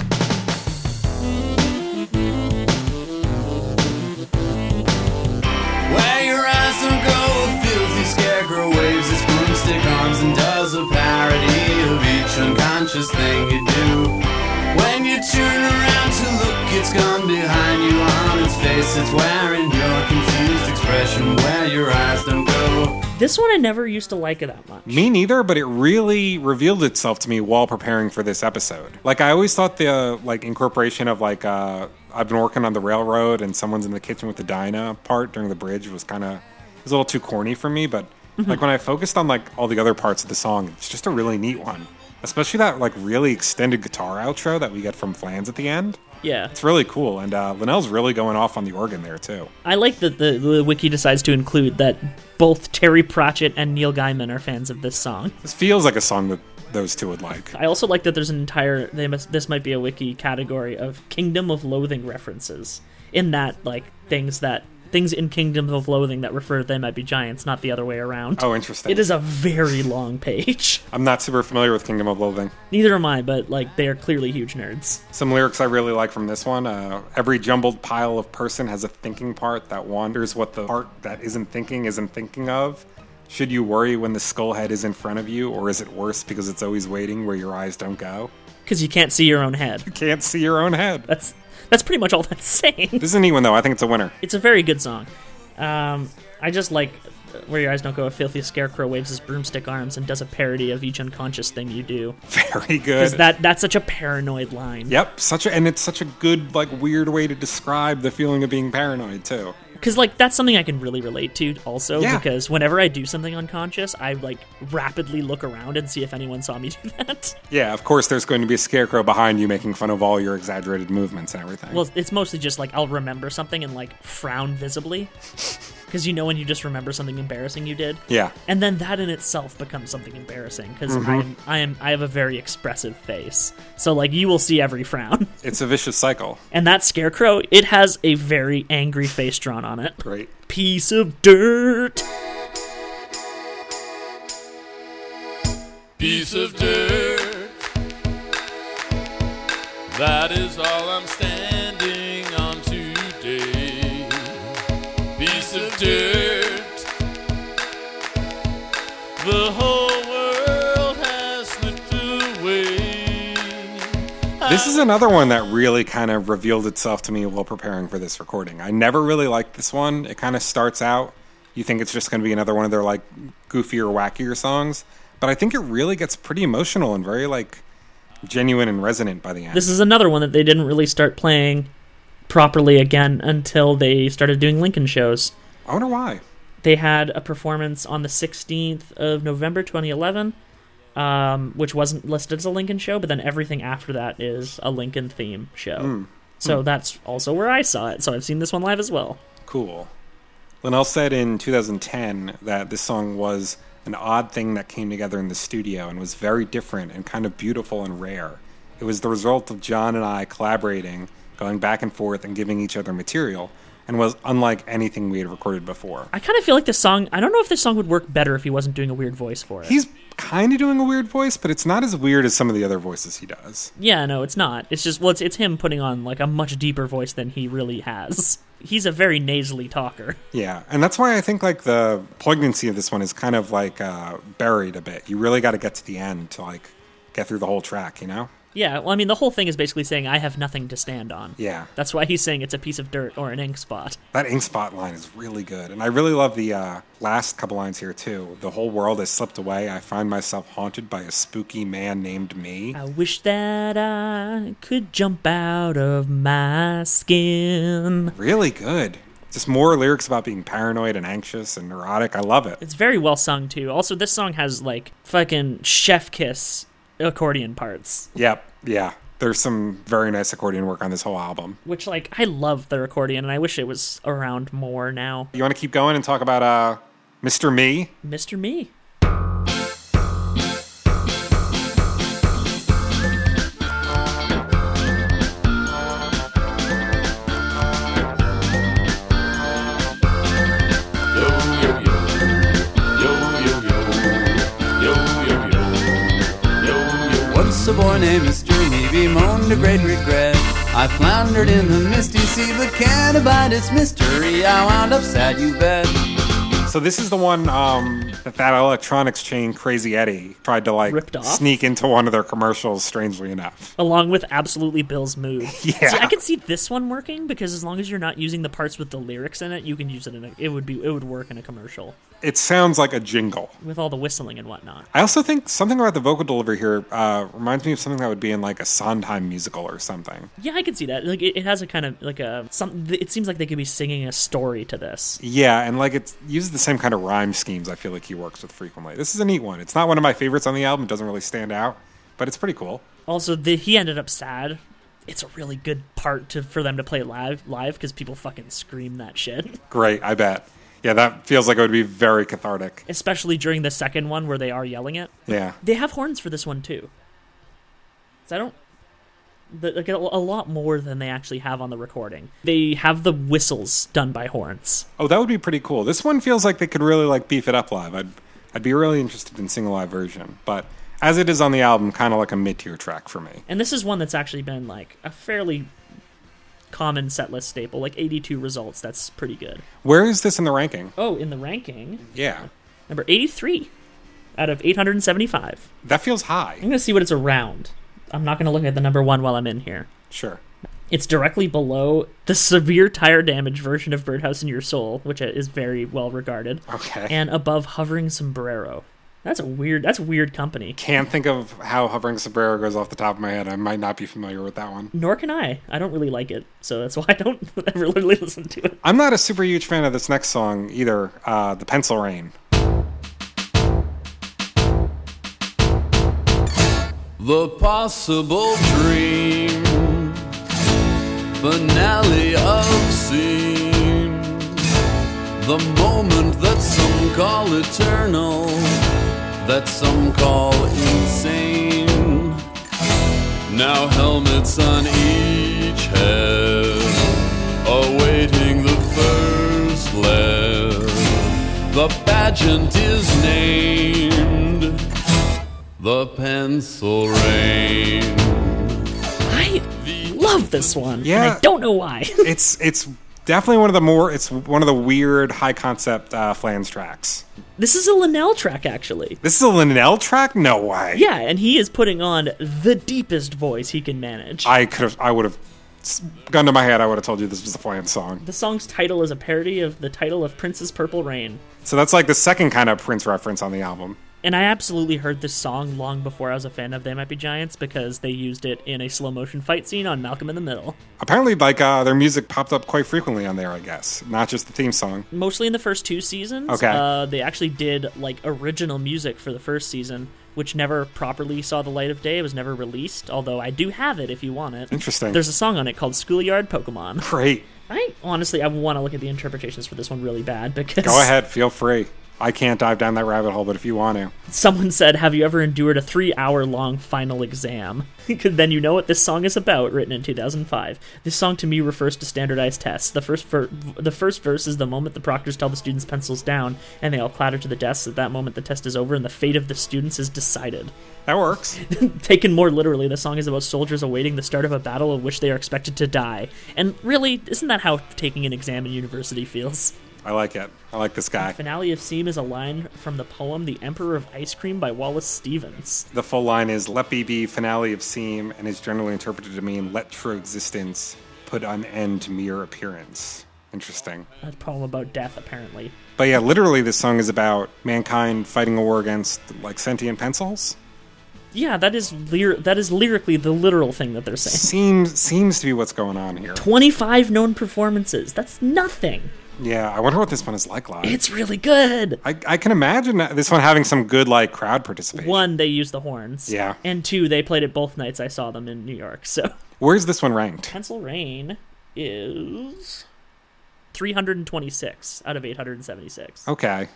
[SPEAKER 3] Where your eyes don't go, filthy scarecrow waves his broomstick arms and does a parody of each unconscious thing you do. When you turn around to look, it's gone behind you on its face. It's wearing your confused expression where your eyes don't go.
[SPEAKER 2] This one I never used to like it that much.
[SPEAKER 1] Me neither, but it really revealed itself to me while preparing for this episode. Like I always thought the uh, like incorporation of like uh, I've been working on the railroad and someone's in the kitchen with the Dinah part during the bridge was kind of it was a little too corny for me. But
[SPEAKER 2] Mm-hmm.
[SPEAKER 1] like when I focused on like all the other parts of the song, it's just a really neat one. Especially that like really extended guitar outro that we get from Flans at the end.
[SPEAKER 2] Yeah,
[SPEAKER 1] It's really cool, and uh, Linnell's really going off on the organ there too.
[SPEAKER 2] I like that the, the wiki decides to include that both Terry Pratchett and Neil Gaiman are fans of this song.
[SPEAKER 1] This feels like a song that those two would like.
[SPEAKER 2] I also like that there's an entire they must this might be a wiki category of Kingdom of Loathing references. In that like things that things in Kingdom of Loathing that refer to them might be giants, not the other way around.
[SPEAKER 1] Oh, interesting.
[SPEAKER 2] It is a very long page.
[SPEAKER 1] I'm not super familiar with Kingdom of Loathing.
[SPEAKER 2] Neither am I, but like they are clearly huge nerds.
[SPEAKER 1] Some lyrics I really like from this one. Uh, Every jumbled pile of person has a thinking part that wanders what the heart that isn't thinking isn't thinking of. Should you worry when the skull head is in front of you, or is it worse because it's always waiting where your eyes don't go?
[SPEAKER 2] Because you can't see your own head.
[SPEAKER 1] Can't see your own head.
[SPEAKER 2] That's that's pretty much all that's saying.
[SPEAKER 1] This is a neat one though. I think it's a winner.
[SPEAKER 2] It's a very good song. Um, I just like uh, where your eyes don't go. A filthy scarecrow waves his broomstick arms and does a parody of each unconscious thing you do.
[SPEAKER 1] Very
[SPEAKER 2] Because
[SPEAKER 1] good.
[SPEAKER 2] that that's such a paranoid line.
[SPEAKER 1] yep. Such a and it's such a good like weird way to describe the feeling of being paranoid too.
[SPEAKER 2] because like that's something I can really relate to also
[SPEAKER 1] Yeah.
[SPEAKER 2] because whenever I do something unconscious, I like rapidly look around and see if anyone saw me do that.
[SPEAKER 1] Yeah, of course, there's going to be a scarecrow behind you making fun of all your exaggerated movements and everything.
[SPEAKER 2] well, it's mostly just like I'll remember something and like frown visibly because you know when you just remember something embarrassing you did.
[SPEAKER 1] yeah.
[SPEAKER 2] And then that in itself becomes something embarrassing because I, I am I have a very expressive face, so like you will see every frown.
[SPEAKER 1] It's a vicious cycle,
[SPEAKER 2] And that scarecrow, it has a very angry face drawn on it.
[SPEAKER 1] right?
[SPEAKER 2] Piece of dirt.
[SPEAKER 4] piece of dirt. That is all I'm standing on today. Piece of dirt. The whole world has slipped away.
[SPEAKER 1] This is another one that really kind of revealed itself to me while preparing for this recording. I never really liked this one. It kind of starts out, you think it's just going to be another one of their like goofier, wackier songs, but I think it really gets pretty emotional and very like genuine and resonant by the end.
[SPEAKER 2] This is another one that they didn't really start playing properly again until they started doing Lincoln shows.
[SPEAKER 1] I wonder why.
[SPEAKER 2] They had a performance on the 16th of November 2011, um, which wasn't listed as a Lincoln show, but then everything after that is a Lincoln theme show.
[SPEAKER 1] Hmm.
[SPEAKER 2] So that's also where I saw it. So I've seen this one live as well.
[SPEAKER 1] Cool. Linnell said in 2010 that this song was an odd thing that came together in the studio and was very different and kind of beautiful and rare. It was the result of John and I collaborating, going back and forth, and giving each other material, and was unlike anything we had recorded before.
[SPEAKER 2] I kind of feel like this song. I don't know if this song would work better if he wasn't doing a weird voice for it.
[SPEAKER 1] He's kind of doing a weird voice, but it's not as weird as some of the other voices he does.
[SPEAKER 2] Yeah, no, it's not. It's just well, it's, it's him putting on like a much deeper voice than he really has. He's a very nasally talker.
[SPEAKER 1] Yeah, and that's why I think like the poignancy of this one is kind of like uh, buried a bit. You really got to get to the end to like get through the whole track, you know?
[SPEAKER 2] Yeah, well, I mean, the whole thing is basically saying I have nothing to stand on.
[SPEAKER 1] Yeah.
[SPEAKER 2] That's why he's saying it's a piece of dirt or an ink spot.
[SPEAKER 1] That ink spot line is really good. And I really love the uh, last couple lines here, too. The whole world has slipped away. I find myself haunted by a spooky man named me.
[SPEAKER 2] I wish that I could jump out of my skin.
[SPEAKER 1] Really good. Just more lyrics about being paranoid and anxious and neurotic. I love it.
[SPEAKER 2] It's very well sung too. Also, this song has like fucking chef kiss accordion parts.
[SPEAKER 1] Yep. Yeah. There's some very nice accordion work on this whole album.
[SPEAKER 2] which like I love their accordion and I wish it was around more now.
[SPEAKER 1] You want to keep going and talk about uh, Mr. Me?
[SPEAKER 2] Mr. Me.
[SPEAKER 4] Yo, yo, yo. Yo, yo, yo. Yo, yo, yo. Yo, yo, yo.
[SPEAKER 3] Once a boy named Mr. Me bemoaned a great regret. I floundered in the misty sea, but can't abide its mystery. I wound up sad, you bet.
[SPEAKER 1] So this is the one um, that that electronics chain Crazy Eddie tried to like
[SPEAKER 2] Ripped off?
[SPEAKER 1] sneak into one of their commercials. Strangely enough,
[SPEAKER 2] Along with absolutely Bill's mood.
[SPEAKER 1] Yeah.
[SPEAKER 2] See, I could see this one working because as long as you're not using the parts with the lyrics in it, you can use it in a, it would be it would work in a commercial
[SPEAKER 1] it sounds like a jingle.
[SPEAKER 2] with all the whistling and whatnot.
[SPEAKER 1] I also think something about the vocal delivery here uh, reminds me of something that would be in like a Sondheim musical or something.
[SPEAKER 2] Yeah, I could see that. Like it, it has a kind of like a some. It seems like they could be singing a story to this.
[SPEAKER 1] Yeah, and like it uses the same kind of rhyme schemes I feel like he works with frequently. This is a neat one. It's not one of my favorites on the album, it doesn't really stand out, but it's pretty cool.
[SPEAKER 2] Also, the, he ended up sad. It's a really good part to for them to play live live because people fucking scream that shit.
[SPEAKER 1] Great, I bet. Yeah, that feels like it would be very cathartic.
[SPEAKER 2] especially during the second one where they are yelling it.
[SPEAKER 1] Yeah.
[SPEAKER 2] They have horns for this one too. So I don't the, like a, a lot more than they actually have on the recording. They have the whistles done by horns.
[SPEAKER 1] Oh, that would be pretty cool. This one feels like they could really like beef it up live. I'd I'd be really interested in seeing a live version, but as it is on the album, kind of like a mid-tier track for me.
[SPEAKER 2] And this is one that's actually been like a fairly common setlist staple, like 82 results. That's pretty good.
[SPEAKER 1] Where is this in the ranking?
[SPEAKER 2] Oh, in the ranking,
[SPEAKER 1] Yeah.
[SPEAKER 2] number 83 out of 875.
[SPEAKER 1] That feels high.
[SPEAKER 2] I'm going to see what it's around. I'm not going to look at the number 1 while I'm in here.
[SPEAKER 1] Sure.
[SPEAKER 2] It's directly below the severe tire damage version of Birdhouse in Your Soul, which is very well regarded,
[SPEAKER 1] Okay.
[SPEAKER 2] and above Hovering Sombrero. That's a weird. That's a weird company.
[SPEAKER 1] Can't think of how Hovering Sombrero goes off the top of my head. I might not be familiar with that one.
[SPEAKER 2] Nor can I. I don't really like it, so that's why I don't ever really listen to it.
[SPEAKER 1] I'm not a super huge fan of this next song either, uh, The Pencil Rain.
[SPEAKER 3] The possible dream, finale of scene, the moment that some call eternal, that some call insane. Now helmets on each head, awaiting the first lead. The pageant is named the pencil rain.
[SPEAKER 2] I love this one. and
[SPEAKER 1] Yeah.
[SPEAKER 2] I don't know why.
[SPEAKER 1] It's it's definitely one of the more it's one of the weird high concept uh, Flans tracks.
[SPEAKER 2] this is a Linnell track, actually.
[SPEAKER 1] This is a Linnell track? No way.
[SPEAKER 2] Yeah, and he is putting on the deepest voice he can manage.
[SPEAKER 1] I could have. I would have. Gun to my head, I would have told you this was a Flan song.
[SPEAKER 2] the song's title is a parody of the title of Prince's Purple Rain.
[SPEAKER 1] So that's like the second kind of Prince reference on the album.
[SPEAKER 2] And I absolutely heard this song long before I was a fan of They Might Be Giants because they used it in a slow motion fight scene on Malcolm in the Middle.
[SPEAKER 1] Apparently, like uh, their music popped up quite frequently on there. I guess not just the theme song.
[SPEAKER 2] mostly in the first two seasons.
[SPEAKER 1] Okay.
[SPEAKER 2] Uh, they actually did like original music for the first season, which never properly saw the light of day. It was never released, although I do have it if you want it.
[SPEAKER 1] Interesting.
[SPEAKER 2] There's a song on it called Schoolyard Pokemon.
[SPEAKER 1] Great.
[SPEAKER 2] I honestly I want to look at the interpretations for this one really bad because
[SPEAKER 1] Go ahead, feel free. I can't dive down that rabbit hole, but if you want to,
[SPEAKER 2] someone said, "Have you ever endured a 3-hour long final exam?" 'Cause then you know what this song is about, written in 2005. This song to me refers to standardized tests. The first ver- the first verse is the moment the proctors tell the students pencils down and they all clatter to the desks. At that moment the test is over and the fate of the students is decided.
[SPEAKER 1] that works.
[SPEAKER 2] Taken more literally, the song is about soldiers awaiting the start of a battle of which they are expected to die. And really, isn't that how taking an exam in university feels?
[SPEAKER 1] I like it. I like this guy.
[SPEAKER 2] Finale of Seam is a line from the poem The Emperor of Ice Cream by Wallace Stevens.
[SPEAKER 1] The full line is "Let be be finale of seam," and is generally interpreted to mean "Let true existence put an end to mere appearance." Interesting.
[SPEAKER 2] a poem about death, apparently.
[SPEAKER 1] But yeah, literally, this song is about mankind fighting a war against like sentient pencils.
[SPEAKER 2] Yeah, that is lyr- that is lyrically the literal thing that they're saying.
[SPEAKER 1] Seems seems to be what's going on here.
[SPEAKER 2] Twenty-five known performances. That's nothing.
[SPEAKER 1] Yeah, I wonder what this one is like live.
[SPEAKER 2] It's really good.
[SPEAKER 1] I, I can imagine that- this one having some good like crowd participation.
[SPEAKER 2] One, they used the horns.
[SPEAKER 1] Yeah.
[SPEAKER 2] And two, they played it both nights I saw them in New York. So
[SPEAKER 1] Where's this one ranked?
[SPEAKER 2] Pencil Rain is three hundred and twenty-six out of eight hundred and seventy-six.
[SPEAKER 1] Okay,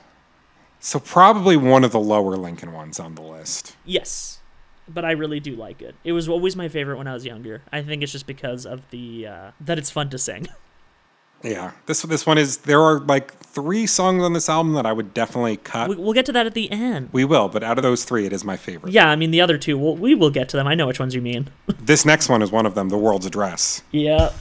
[SPEAKER 1] so probably one of the lower Lincoln ones on the list.
[SPEAKER 2] Yes. But I really do like it. It was always my favorite when I was younger. I think it's just because of the uh, that it's fun to sing.
[SPEAKER 1] Yeah, this this one is. There are like three songs on this album that I would definitely cut.
[SPEAKER 2] We-
[SPEAKER 1] We,
[SPEAKER 2] We'll get to that at the end.
[SPEAKER 1] will, but out of those three, it is my favorite.
[SPEAKER 2] Yeah, I mean the other two. We'll, we will get to them. I know which ones you mean.
[SPEAKER 1] This next one is one of them. The World's Address.
[SPEAKER 2] yeah.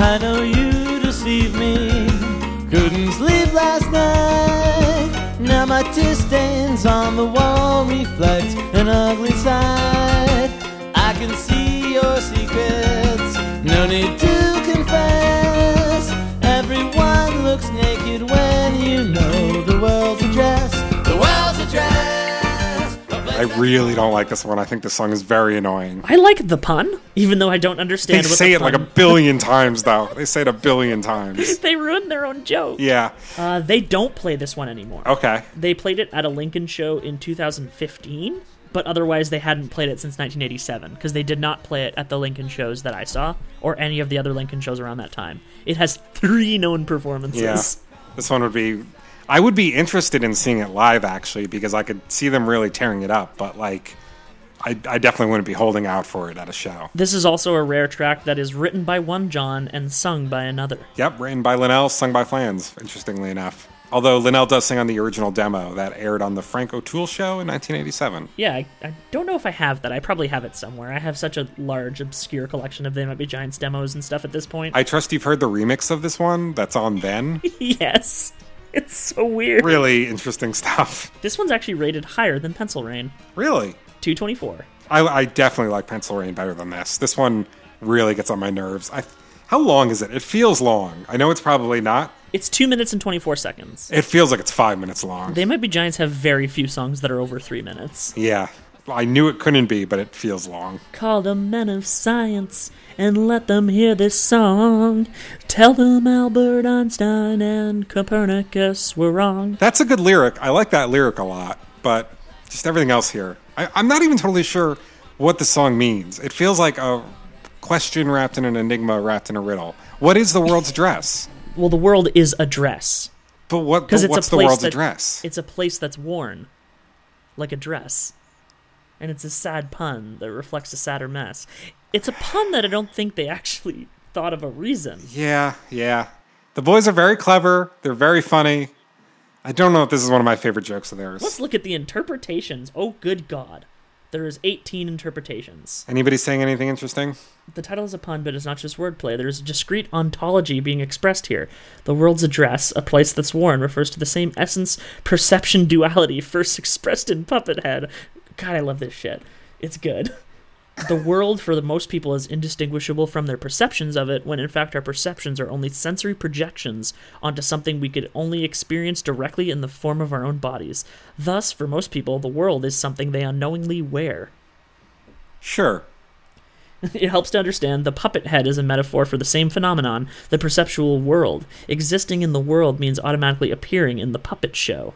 [SPEAKER 4] I know you deceive me. Couldn't sleep last night. Now my tear stains on the wall reflect an ugly side. I can see your secrets. No need to confess. Everyone looks naked when you know the world's address. The world's address. A place
[SPEAKER 1] I
[SPEAKER 4] that-
[SPEAKER 1] really don't like this one. I think this song is very annoying.
[SPEAKER 2] I like the pun, even though I don't understand.
[SPEAKER 1] They
[SPEAKER 2] what
[SPEAKER 1] say
[SPEAKER 2] the
[SPEAKER 1] it like a
[SPEAKER 2] pun-
[SPEAKER 1] billion times, though. They say it a billion times.
[SPEAKER 2] They ruined their own joke.
[SPEAKER 1] Yeah.
[SPEAKER 2] Uh, they don't play this one anymore.
[SPEAKER 1] Okay.
[SPEAKER 2] They played it at a Lincoln show in 2015, but otherwise they hadn't played it since 1987 because they did not play it at the Lincoln shows that I saw or any of the other Lincoln shows around that time. It has three known performances.
[SPEAKER 1] Yeah. This one would be. I would be interested in seeing it live, actually, because I could see them really tearing it up. But like, I, I definitely wouldn't be holding out for it at a show.
[SPEAKER 2] This is also a rare track that is written by one John and sung by another.
[SPEAKER 1] Yep, written by Linnell, sung by Flans. Interestingly enough, although Linnell does sing on the original demo that aired on the Frank O'Toole show in 1987.
[SPEAKER 2] Yeah, I, I don't know if I have that. I probably have it somewhere. I have such a large, obscure collection of They Might Be Giants demos and stuff at this point.
[SPEAKER 1] I trust you've heard the remix of this one that's on then.
[SPEAKER 2] yes. It's so weird.
[SPEAKER 1] Really interesting stuff.
[SPEAKER 2] This one's actually rated higher than Pencil Rain.
[SPEAKER 1] Really.
[SPEAKER 2] 224.
[SPEAKER 1] I, I definitely like Pencil Rain better than this. This one really gets on my nerves. I, how long is it? It feels long. I know it's probably not.
[SPEAKER 2] It's 2 minutes and 24 seconds.
[SPEAKER 1] It feels like it's five minutes long.
[SPEAKER 2] They Might Be Giants have very few songs that are over 3 minutes.
[SPEAKER 1] yeah. I knew it couldn't be, but it feels long.
[SPEAKER 2] Call the men of science and let them hear this song. Tell them Albert Einstein and Copernicus were wrong.
[SPEAKER 1] That's a good lyric. I like that lyric a lot, but just everything else here. I, I'm not even totally sure what the song means. It feels like a question wrapped in an enigma, wrapped in a riddle. What is the world's dress?
[SPEAKER 2] Well, the world is a dress.
[SPEAKER 1] But what?
[SPEAKER 2] Because
[SPEAKER 1] But
[SPEAKER 2] it's
[SPEAKER 1] what's
[SPEAKER 2] a
[SPEAKER 1] the
[SPEAKER 2] place
[SPEAKER 1] world's
[SPEAKER 2] that-
[SPEAKER 1] address?
[SPEAKER 2] It's a place that's worn, like a dress, and it's a sad pun that reflects a sadder mess. It's a pun that I don't think they actually thought of a reason.
[SPEAKER 1] Yeah, yeah. The boys are very clever. They're very funny. I don't know if this is one of my favorite jokes of theirs.
[SPEAKER 2] Let's look at the interpretations. Oh, good God! There is 18 interpretations.
[SPEAKER 1] Anybody saying anything interesting?
[SPEAKER 2] The title is a pun, but it's not just wordplay. There is a discrete ontology being expressed here. The world's address, a place that's worn, refers to the same essence, perception, duality first expressed in Puppethead. God, I love this shit. It's good. The world, for the most people, is indistinguishable from their perceptions of it, when in fact our perceptions are only sensory projections onto something we could only experience directly in the form of our own bodies. Thus, for most people, the world is something they unknowingly wear.
[SPEAKER 1] Sure.
[SPEAKER 2] It helps to understand the puppet head is a metaphor for the same phenomenon, the perceptual world. Existing in the world means automatically appearing in the puppet show.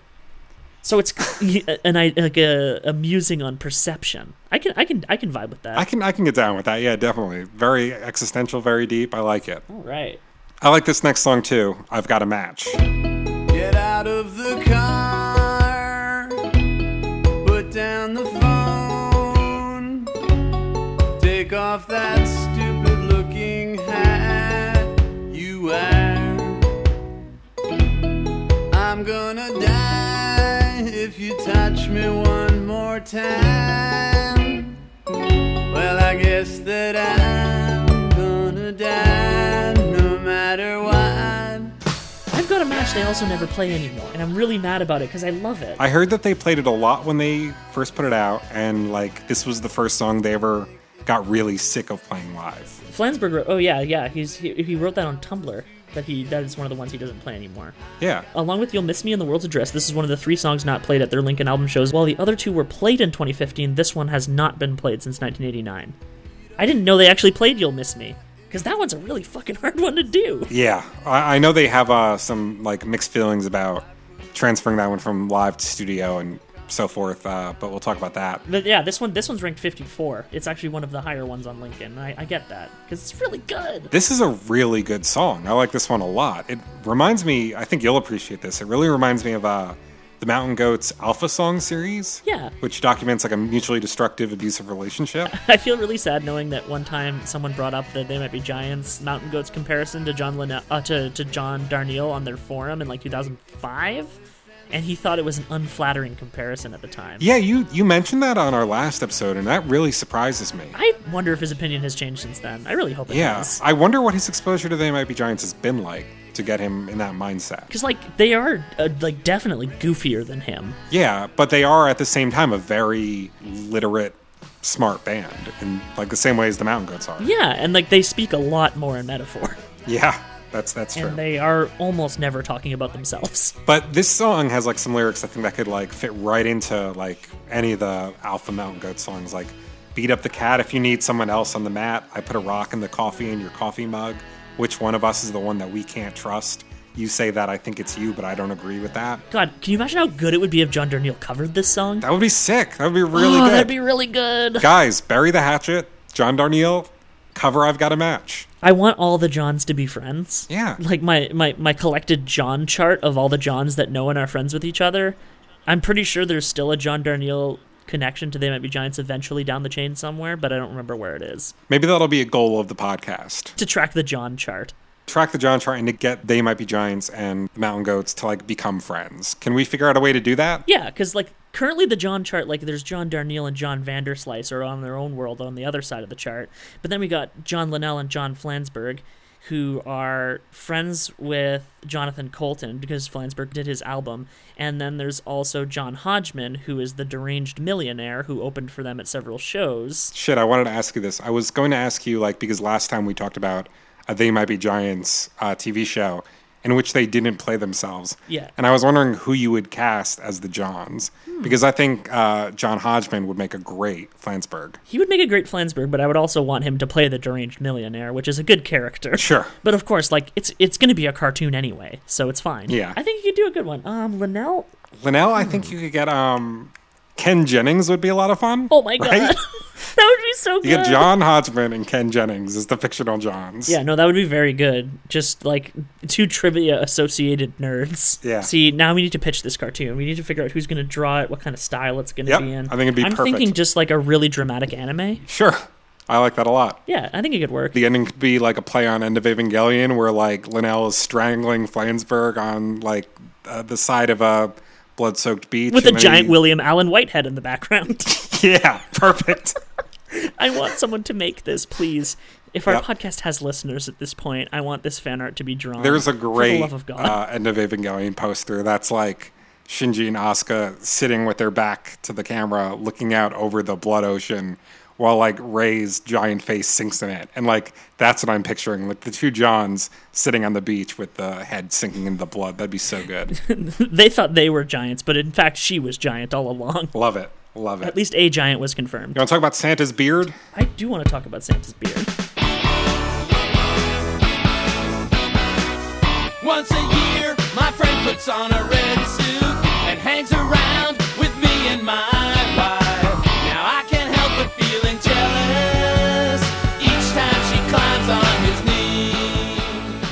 [SPEAKER 2] So it's an I like a, a musing on perception. I can I can I can vibe with that.
[SPEAKER 1] I can I can get down with that. Yeah, definitely. Very existential, very deep. I like it.
[SPEAKER 2] All right.
[SPEAKER 1] I like this next song too. I've got a match.
[SPEAKER 3] Get out of the car. Put down the phone. Take off that stupid looking hat you wear. I'm gonna die if you touch me one more time. Well, I guess that I'm gonna die no matter what.
[SPEAKER 2] I've got a match they also never play anymore, and I'm really mad about it because I love it.
[SPEAKER 1] I heard that they played it a lot when they first put it out, and like this was the first song they ever got really sick of playing live.
[SPEAKER 2] Flansburgh. wrote- Oh yeah, yeah. He's he, he wrote that on Tumblr. That he that is one of the ones he doesn't play anymore.
[SPEAKER 1] Yeah.
[SPEAKER 2] Along with You'll Miss Me and The World's Address, this is one of the three songs not played at their Lincoln album shows. While the other two were played in 2015, this one has not been played since 1989. I didn't know they actually played You'll Miss Me, because that one's a really fucking hard one to do.
[SPEAKER 1] Yeah. I, I know they have uh, some like mixed feelings about transferring that one from live to studio and so forth, uh, but we'll talk about that.
[SPEAKER 2] But yeah, this one this one's ranked 54. It's actually one of the higher ones on Lincoln. I, I get that, because it's really good.
[SPEAKER 1] This is a really good song. I like this one a lot. It reminds me, I think you'll appreciate this. It really reminds me of uh, the Mountain Goats Alpha Song series.
[SPEAKER 2] Yeah.
[SPEAKER 1] Which documents like a mutually destructive, abusive relationship.
[SPEAKER 2] I feel really sad knowing that one time someone brought up that they might be giants mountain goats comparison to John Lin- uh, to, to John Darnielle on their forum in like 2005, and he thought it was an unflattering comparison at the time.
[SPEAKER 1] yeah, you, you mentioned that on our last episode, and that really surprises me.
[SPEAKER 2] I wonder if his opinion has changed since then. I really hope it
[SPEAKER 1] yeah.
[SPEAKER 2] has.
[SPEAKER 1] I wonder what his exposure to They Might Be Giants has been like to get him in that mindset.
[SPEAKER 2] Because like they are uh, like definitely goofier than him.
[SPEAKER 1] Yeah, but they are at the same time a very literate, smart band, in like the same way as the Mountain Goats are.
[SPEAKER 2] Yeah, and like they speak a lot more in metaphor,
[SPEAKER 1] Yeah, that's that's true.
[SPEAKER 2] and they are almost never talking about themselves.
[SPEAKER 1] But this song has like some lyrics I think that could like fit right into like any of the Alpha Mountain Goat songs, like "Beat up the cat if you need someone else on the mat." I put a rock in the coffee in your coffee mug. Which one of us is the one that we can't trust? You say that I think it's you, but I don't agree with that.
[SPEAKER 2] God, can you imagine how good it would be if John Darnielle covered this song?
[SPEAKER 1] That would be sick. That would be really
[SPEAKER 2] oh,
[SPEAKER 1] good.
[SPEAKER 2] that'd be really good.
[SPEAKER 1] Guys, bury the hatchet. John Darnielle, cover. I've got a match.
[SPEAKER 2] I want all the Johns to be friends.
[SPEAKER 1] Yeah.
[SPEAKER 2] Like my, my, my collected John chart of all the Johns that know and are friends with each other. I'm pretty sure there's still a John Darnielle connection to They Might Be Giants eventually down the chain somewhere, but I don't remember where it is.
[SPEAKER 1] Maybe that'll be a goal of the podcast.
[SPEAKER 2] To track the John chart.
[SPEAKER 1] Track the John chart and to get They Might Be Giants and the Mountain Goats to like become friends. Can we figure out a way to do that?
[SPEAKER 2] Yeah, because like currently the John chart, like there's John Darnielle and John Vanderslice are on their own world on the other side of the chart, but then we got John Linnell and John Flansburgh, who are friends with Jonathan Colton because Flansburgh did his album. And then there's also John Hodgman, who is the deranged millionaire who opened for them at several shows.
[SPEAKER 1] Shit, I wanted to ask you this. I was going to ask you, like, because last time we talked about a They Might Be Giants uh, TV show in which they didn't play themselves.
[SPEAKER 2] Yeah. Hmm.
[SPEAKER 1] And I was wondering who you would cast as the Johns, because I think uh, John Hodgman would make a great Flansburgh.
[SPEAKER 2] He would make a great Flansburgh, but I would also want him to play the deranged millionaire, which is a good character.
[SPEAKER 1] Sure.
[SPEAKER 2] But of course, like it's it's going to be a cartoon anyway, so it's fine.
[SPEAKER 1] Yeah.
[SPEAKER 2] I think you could do a good one. Um, Linnell.
[SPEAKER 1] Linnell, I think you could get um, Ken Jennings would be a lot of fun.
[SPEAKER 2] Oh my god,
[SPEAKER 1] Right?
[SPEAKER 2] that would be so good.
[SPEAKER 1] You get John Hodgman and Ken Jennings as the fictional Johns.
[SPEAKER 2] Yeah, no, that would be very good. Just like two trivia associated nerds.
[SPEAKER 1] Yeah.
[SPEAKER 2] See, now we need to pitch this cartoon. We need to figure out who's going to draw it, what kind of style it's going to
[SPEAKER 1] Yep,
[SPEAKER 2] be in.
[SPEAKER 1] I think it'd be
[SPEAKER 2] I'm
[SPEAKER 1] perfect.
[SPEAKER 2] thinking just like a really dramatic anime.
[SPEAKER 1] Sure. I like that a lot.
[SPEAKER 2] Yeah, I think it could work.
[SPEAKER 1] The ending could be like a play on End of Evangelion, where like Linnell is strangling Flansburgh on like uh, the side of a blood-soaked beach
[SPEAKER 2] With a
[SPEAKER 1] and then
[SPEAKER 2] giant
[SPEAKER 1] he-
[SPEAKER 2] William Allen Whitehead in the background.
[SPEAKER 1] Yeah, perfect.
[SPEAKER 2] I want someone to make this, please. If our
[SPEAKER 1] Yep.
[SPEAKER 2] podcast has listeners at this point, I want this fan art to be drawn.
[SPEAKER 1] There's a
[SPEAKER 2] for the
[SPEAKER 1] great
[SPEAKER 2] love of God.
[SPEAKER 1] uh, End of Evangelion poster that's like Shinji and Asuka sitting with their back to the camera, looking out over the blood ocean, while like Ray's giant face sinks in it, and like that's what I'm picturing, like the two Johns sitting on the beach with the head sinking in the blood. That'd be so good.
[SPEAKER 2] they thought they were giants, but in fact, she was giant all along.
[SPEAKER 1] Love it. Love it.
[SPEAKER 2] At least a giant was confirmed.
[SPEAKER 1] you want to talk about Santa's beard?
[SPEAKER 2] I do want to talk about Santa's beard.
[SPEAKER 4] Once a year, my friend puts on a red suit and hangs around with me and my wife. Now I can't help but feeling jealous each time she climbs on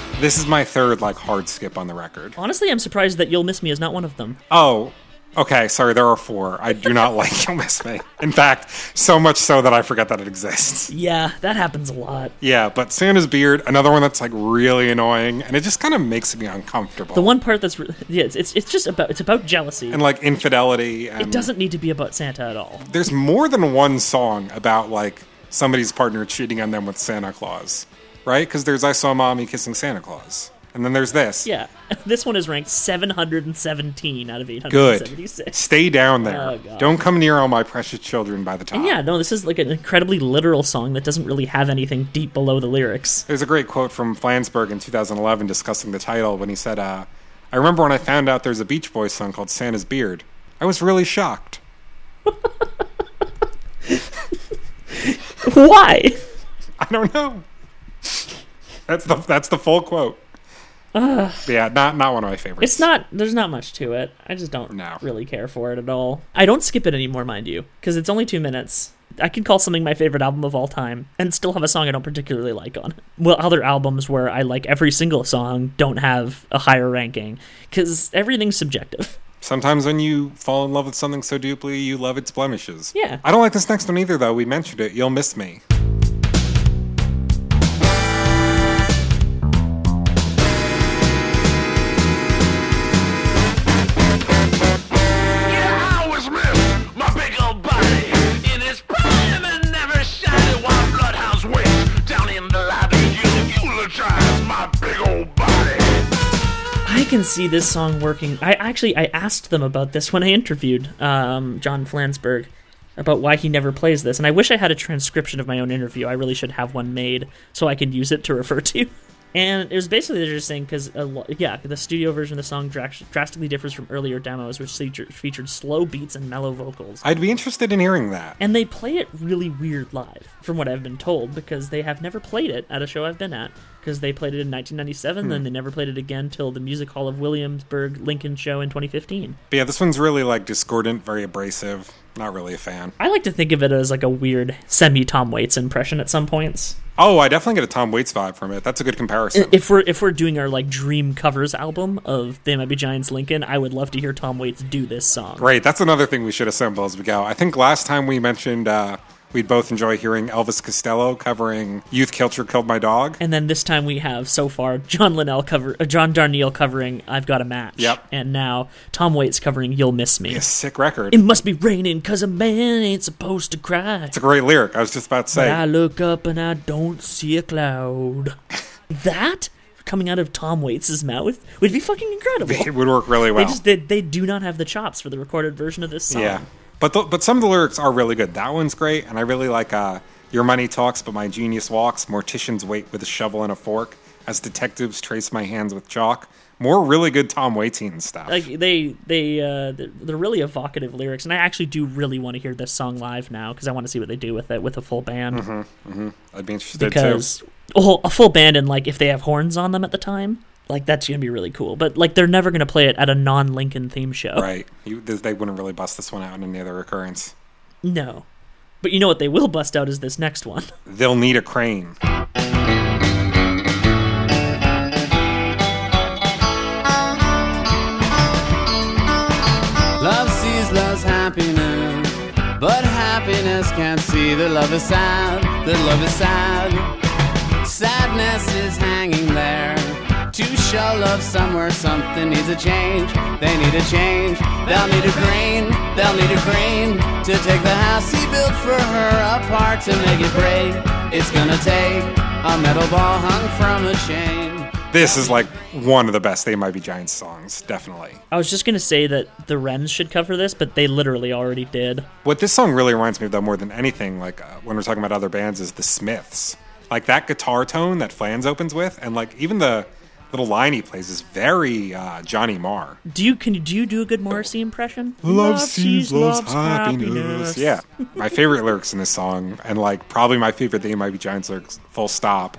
[SPEAKER 4] his knee.
[SPEAKER 1] This is my third like hard skip on the record.
[SPEAKER 2] Honestly, I'm surprised that You'll Miss Me is not one of them.
[SPEAKER 1] Oh, okay. Sorry, there are four. I do not like You'll Miss Me. In fact, so much so that I forget that it exists.
[SPEAKER 2] Yeah, that happens a lot.
[SPEAKER 1] Yeah, but Santa's beard, another one that's like really annoying, and it just kind of makes me uncomfortable.
[SPEAKER 2] The one part that's re- yeah, it's, it's it's just about it's about jealousy.
[SPEAKER 1] and like infidelity. And
[SPEAKER 2] it doesn't need to be about Santa at all.
[SPEAKER 1] There's more than one song about like somebody's partner cheating on them with Santa Claus, right? Because there's I saw mommy kissing Santa Claus, and then there's this.
[SPEAKER 2] Yeah, this one is ranked 717 out of
[SPEAKER 1] Good.
[SPEAKER 2] 876.
[SPEAKER 1] Stay down there.
[SPEAKER 2] Oh, God.
[SPEAKER 1] Don't come near all my precious children by the top.
[SPEAKER 2] Yeah, no, this is like an incredibly literal song that doesn't really have anything deep below the lyrics.
[SPEAKER 1] There's a great quote from Flansburgh in 2011 discussing the title when he said, uh, I remember when I found out there's a Beach Boys song called Santa's Beard. I was really shocked.
[SPEAKER 2] Why?
[SPEAKER 1] I don't know. That's the that's the full quote. But yeah, not not one of my favorites.
[SPEAKER 2] It's not. There's not much to it. I just don't
[SPEAKER 1] No.
[SPEAKER 2] really care for it at all. I don't skip it anymore, mind you, because it's only two minutes. I can call something my favorite album of all time and still have a song I don't particularly like on it. Well, other albums where I like every single song don't have a higher ranking because everything's subjective.
[SPEAKER 1] Sometimes when you fall in love with something so deeply, you love its blemishes.
[SPEAKER 2] Yeah.
[SPEAKER 1] I don't like this next one either, though. We mentioned it. You'll miss me.
[SPEAKER 6] Yeah, I was ripped, my big old body in its prime and never shy while bloodhounds wait down in the lobby. You eulogize my big old body.
[SPEAKER 2] I can see this song working. I actually I asked them about this when I interviewed um, John Flansburgh about why he never plays this, and I wish I had a transcription of my own interview. I really should have one made so I could use it to refer to. And it was basically they're just saying because yeah, the studio version of the song dras- drastically differs from earlier demos, which featured, featured slow beats and mellow vocals.
[SPEAKER 1] I'd be interested in hearing that.
[SPEAKER 2] And they play it really weird live, from what I've been told, because they have never played it at a show I've been at. Because they played it in 1997,
[SPEAKER 1] Hmm.
[SPEAKER 2] then they never played it again till the Music Hall of Williamsburg Lincoln show in 2015.
[SPEAKER 1] But yeah, this one's really like discordant, very abrasive. Not really a fan.
[SPEAKER 2] I like to think of it as like a weird semi Tom Waits impression at some points.
[SPEAKER 1] Oh, I definitely get a Tom Waits vibe from it. That's a good comparison.
[SPEAKER 2] If we're if we're doing our like dream covers album of They Might Be Giants Lincoln, I would love to hear Tom Waits do this song.
[SPEAKER 1] Right, that's another thing we should assemble as we go. I think last time we mentioned uh, we'd both enjoy hearing Elvis Costello covering "Youth Culture Killed My Dog."
[SPEAKER 2] And then this time we have so far John Linnell cover uh, John Darnielle covering I've Got a Match.
[SPEAKER 1] Yep.
[SPEAKER 2] And now Tom Waits covering You'll Miss Me.
[SPEAKER 1] A sick record.
[SPEAKER 2] It
[SPEAKER 1] It's
[SPEAKER 2] must be raining 'cause a man ain't supposed to cry.
[SPEAKER 1] a great lyric. I was just about to
[SPEAKER 2] But I
[SPEAKER 1] say.
[SPEAKER 2] look up and I don't see a cloud. That coming out of Tom Waits' mouth would be fucking incredible.
[SPEAKER 1] It would work really
[SPEAKER 2] They
[SPEAKER 1] well.
[SPEAKER 2] just they, they do not have the chops for the recorded version of this song.
[SPEAKER 1] yeah, but th- but some of the lyrics are really good. That one's great, and I really like uh, "Your money talks, but my genius walks." Morticians wait with a shovel and a fork as detectives trace my hands with chalk. More really good Tom Waitian stuff.
[SPEAKER 2] Like they they uh they're- they're really evocative lyrics and I actually do really want to hear this song live now cuz I want to see what they do with it with a full band
[SPEAKER 1] I'd be interested Mm-hmm. too.
[SPEAKER 2] because oh, a full band and like if they have horns on them at the time, like that's going to be really cool. But like they're never going to play it at a non-Lincoln theme show.
[SPEAKER 1] Right, you, th- they wouldn't really bust this one out in any other occurrence.
[SPEAKER 2] No. But you know what they will bust out is this next one.
[SPEAKER 1] They'll need a crane.
[SPEAKER 3] Love sees love's happiness, but happiness can't see that love is sad, that love is sad. Sadness is hanging there to show love somewhere. Something needs a change, they need a change. They'll need a crane, they'll need a crane to take the house he built for her apart to make it break. It's gonna take a metal ball hung from a chain.
[SPEAKER 1] This is like one of the best They Might Be Giants songs, definitely.
[SPEAKER 2] I was just going to say that the Wrens should cover this, but they literally already did.
[SPEAKER 1] What this song really reminds me of, though, more than anything, like uh, when we're talking about other bands, is the Smiths. Like that guitar tone that Flans opens with, and like even the little line he plays is very uh, Johnny Marr.
[SPEAKER 2] Do you can you do you do a good Morrissey impression?
[SPEAKER 1] Yeah, my favorite lyrics in this song, and like probably my favorite They Might Be Giants lyrics, full stop,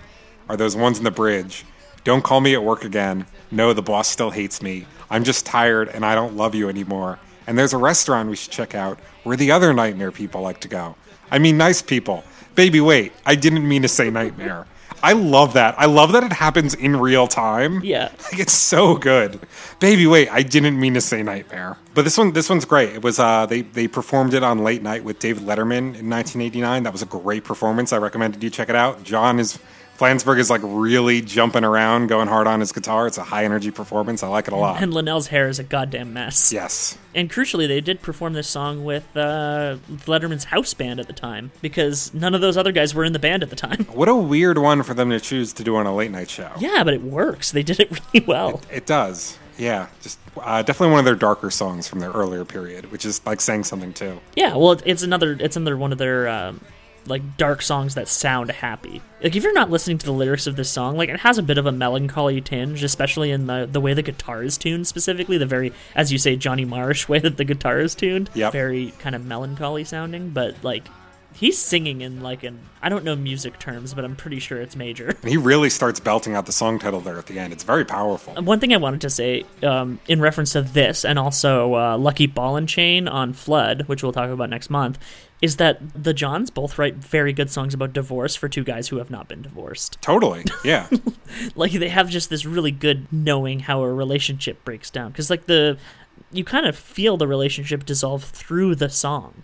[SPEAKER 1] are those ones in the bridge. Don't call me at work again. No, the boss still hates me. I'm just tired and I don't love you anymore. And there's a restaurant we should check out where the other nightmare people like to go. I mean, nice people. Baby, wait. I didn't mean to say nightmare. I love that. I love that it happens in real time.
[SPEAKER 2] Yeah.
[SPEAKER 1] Like, it's so good. Baby, wait, I didn't mean to say nightmare. But this one this one's great. It was uh they they performed it on late night with David Letterman in 1989. That was a great performance. I recommended you check it out. John is Flansburgh is like really jumping around, going hard on his guitar. It's a high energy performance. I like it a lot.
[SPEAKER 2] And Linnell's hair is a goddamn mess.
[SPEAKER 1] Yes.
[SPEAKER 2] And crucially, they did perform this song with uh, Letterman's house band at the time because none of those other guys were in the band at the time.
[SPEAKER 1] What a weird one for them to choose to do on a late night show.
[SPEAKER 2] Yeah, but it works. They did it really well.
[SPEAKER 1] It does. Yeah, just uh, definitely one of their darker songs from their earlier period, which is like saying something too.
[SPEAKER 2] Yeah, well, it- it's another it's another one of their um, like dark songs that sound happy. Like if you're not listening to the lyrics of this song, like it has a bit of a melancholy tinge, especially in the the way the guitar is tuned, specifically the very as you say Johnny Marsh way that the guitar is tuned.
[SPEAKER 1] Yep.
[SPEAKER 2] very kind of melancholy sounding, but like. He's singing in like an I don't know music terms, but I'm pretty sure it's major.
[SPEAKER 1] And he really starts belting out the song title there at the end. It's very powerful.
[SPEAKER 2] One thing I wanted to say um, in reference to this and also uh, Lucky Ball and Chain on Flood, which we'll talk about next month, is that the Johns both write very good songs about divorce for two guys who have not been divorced.
[SPEAKER 1] Totally. Yeah.
[SPEAKER 2] Like they have just this really good knowing how a relationship breaks down because like the you kind of feel the relationship dissolve through the song,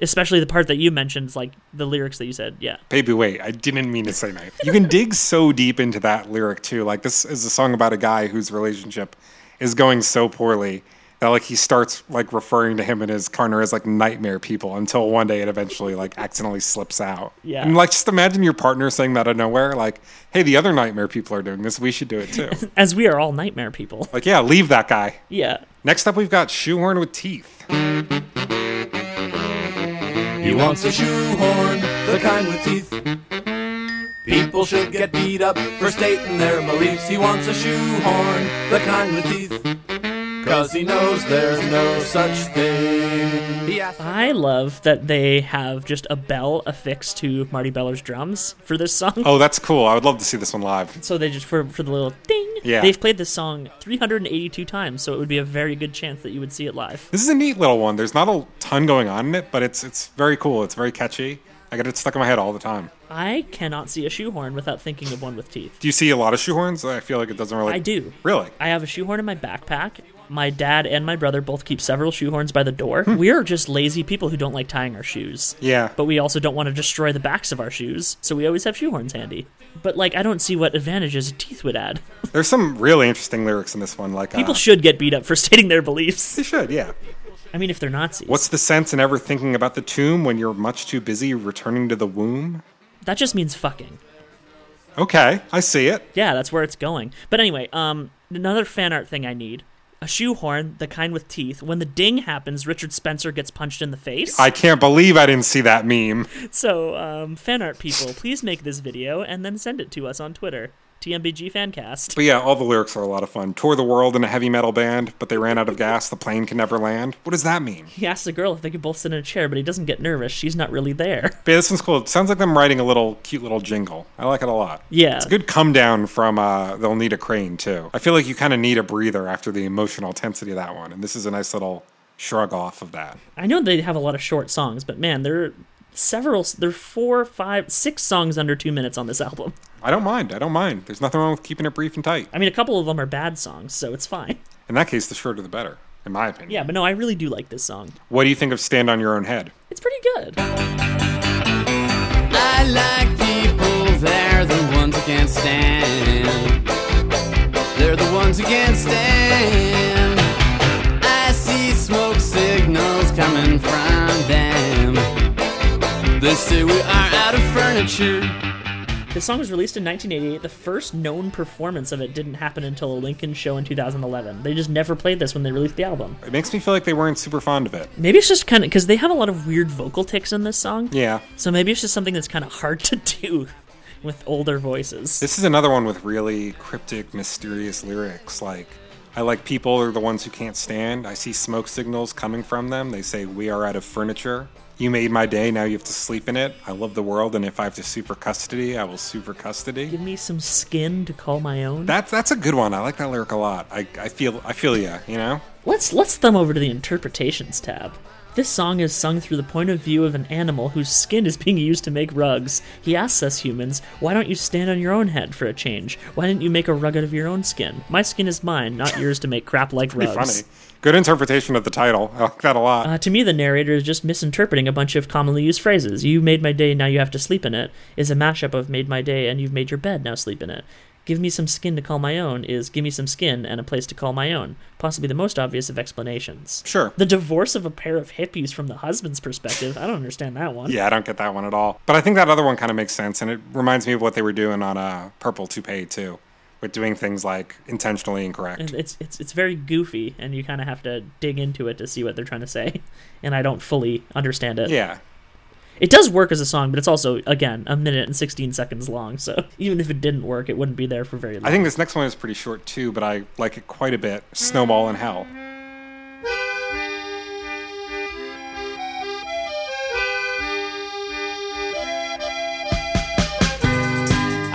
[SPEAKER 2] especially the part that you mentioned, like the lyrics that you said. Yeah,
[SPEAKER 1] Baby, wait, I didn't mean to say knife. You can dig so deep into that lyric too. Like this is a song about a guy whose relationship is going so poorly that like he starts like referring to him and his partner as like nightmare people until one day it eventually like accidentally slips out.
[SPEAKER 2] Yeah.
[SPEAKER 1] And like just imagine your partner saying that out of nowhere, like, hey, the other nightmare people are doing this, we should do it too.
[SPEAKER 2] as we are all nightmare people.
[SPEAKER 1] like, yeah, leave that guy.
[SPEAKER 2] Yeah.
[SPEAKER 1] Next up we've got Shoehorn with Teeth.
[SPEAKER 3] He wants a shoehorn, the kind with teeth. People should get beat up for stating their beliefs. He wants a shoehorn, the kind with teeth. Cause he knows there's no such thing. He asked
[SPEAKER 2] I love that they have just a bell affixed to Marty Beller's drums for this song.
[SPEAKER 1] Oh, that's cool. I would love to see this one live.
[SPEAKER 2] So they just for for the little ding.
[SPEAKER 1] Yeah.
[SPEAKER 2] They've played this song 382 times, so it would be a very good chance that you would see it live.
[SPEAKER 1] This is a neat little one. There's not a ton going on in it, but it's it's very cool. It's very catchy. I get it stuck in my head all the time.
[SPEAKER 2] I cannot see a shoehorn without thinking of one with teeth.
[SPEAKER 1] Do you see a lot of shoehorns? I feel like it doesn't really.
[SPEAKER 2] I do.
[SPEAKER 1] Really?
[SPEAKER 2] I have a shoehorn in my backpack. My dad and my brother both keep several shoehorns by the door.
[SPEAKER 1] Hmm.
[SPEAKER 2] We are just lazy people who don't like tying our shoes.
[SPEAKER 1] Yeah.
[SPEAKER 2] But we also don't want to destroy the backs of our shoes, so we always have shoehorns handy. But like I don't see what advantages teeth would add.
[SPEAKER 1] There's some really interesting lyrics in this one. Like
[SPEAKER 2] People
[SPEAKER 1] uh,
[SPEAKER 2] should get beat up for stating their beliefs.
[SPEAKER 1] they should. Yeah.
[SPEAKER 2] I mean, if they're Nazis.
[SPEAKER 1] What's the sense in ever thinking about the tomb when you're much too busy returning to the womb?
[SPEAKER 2] that just means fucking.
[SPEAKER 1] Okay, I see it.
[SPEAKER 2] Yeah, that's where it's going. But anyway, um, another fan art thing I need. A shoehorn, the kind with teeth. When the ding happens, Richard Spencer gets punched in the face.
[SPEAKER 1] I can't believe I didn't see that meme.
[SPEAKER 2] So, um, fan art people, please make this video and then send it to us on Twitter. TMBG Fancast.
[SPEAKER 1] But yeah, all the lyrics are a lot of fun. Tour the world in a heavy metal band, but they ran out of gas. The plane can never land. What does that mean?
[SPEAKER 2] He asks the girl if they could both sit in a chair, but he doesn't get nervous. She's not really there.
[SPEAKER 1] But yeah, this one's cool. It sounds like them writing a little cute little jingle. I like it a lot.
[SPEAKER 2] Yeah.
[SPEAKER 1] It's a good come down from uh, They'll Need a Crane, too. I feel like you kind of need a breather after the emotional intensity of that one. And this is a nice little shrug off of that.
[SPEAKER 2] I know they have a lot of short songs, but man, there are several, there are four, five, six songs under two minutes on this album.
[SPEAKER 1] I don't mind. I don't mind. There's nothing wrong with keeping it brief and tight.
[SPEAKER 2] I mean, a couple of them are bad songs, so it's fine.
[SPEAKER 1] In that case, the shorter the better, in my opinion.
[SPEAKER 2] Yeah, but no, I really do like this song.
[SPEAKER 1] What do you think of Stand on Your Own Head?
[SPEAKER 2] It's pretty good.
[SPEAKER 3] I like people, they're the ones who can't stand. They're the ones who can't stand. I see smoke signals coming from them. They say we are out of furniture.
[SPEAKER 2] This song was released in 1988. The first known performance of it didn't happen until a Lincoln show in 2011. They just never played this when they released the album.
[SPEAKER 1] It makes me feel like they weren't super fond of it.
[SPEAKER 2] Maybe it's just kind of because they have a lot of weird vocal ticks in this song.
[SPEAKER 1] Yeah.
[SPEAKER 2] So maybe it's just something that's kind of hard to do with older voices.
[SPEAKER 1] This is another one with really cryptic, mysterious lyrics like, I like people are the ones who can't stand. I see smoke signals coming from them. They say, We are out of furniture. You made my day, now you have to sleep in it. I love the world, and if I have to sue for custody, I will sue for custody.
[SPEAKER 2] Give me some skin to call my own.
[SPEAKER 1] That's that's a good one. I like that lyric a lot. I, I feel I feel yeah, you know?
[SPEAKER 2] Let's let's thumb over to the interpretations tab. This song is sung through the point of view of an animal whose skin is being used to make rugs. He asks us humans, why don't you stand on your own head for a change? Why didn't you make a rug out of your own skin? My skin is mine, not yours to make crap like
[SPEAKER 1] Pretty
[SPEAKER 2] rugs.
[SPEAKER 1] funny. Good interpretation of the title. I like that a lot.
[SPEAKER 2] Uh, to me, the narrator is just misinterpreting a bunch of commonly used phrases. You made my day, now you have to sleep in it, is a mashup of made my day and you've made your bed, now sleep in it. Give me some skin to call my own is give me some skin and a place to call my own, possibly the most obvious of explanations.
[SPEAKER 1] Sure.
[SPEAKER 2] The divorce of a pair of hippies from the husband's perspective, I don't understand that one.
[SPEAKER 1] Yeah, I don't get that one at all. But I think that other one kind of makes sense, and it reminds me of what they were doing on uh, Purple Toupee too, with doing things like intentionally incorrect.
[SPEAKER 2] And It's, it's, it's very goofy, and you kind of have to dig into it to see what they're trying to say, and I don't fully understand it.
[SPEAKER 1] yeah,
[SPEAKER 2] It does work as a song, but it's also, again, a minute and 16 seconds long, so even if it didn't work, it wouldn't be there for very long.
[SPEAKER 1] I think this next one is pretty short too, but I like it quite a bit. Snowball in Hell.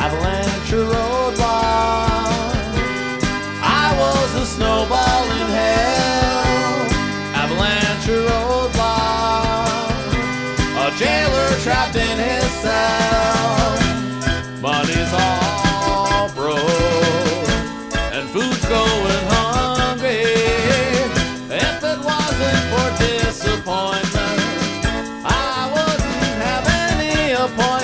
[SPEAKER 3] Avalanche or roadblock. I was a snowball in hell. Avalanche or roadblock. A jailer trapped in his cell. Money's all broke. And food's going hungry. If it wasn't for disappointment, I wouldn't have any appointment.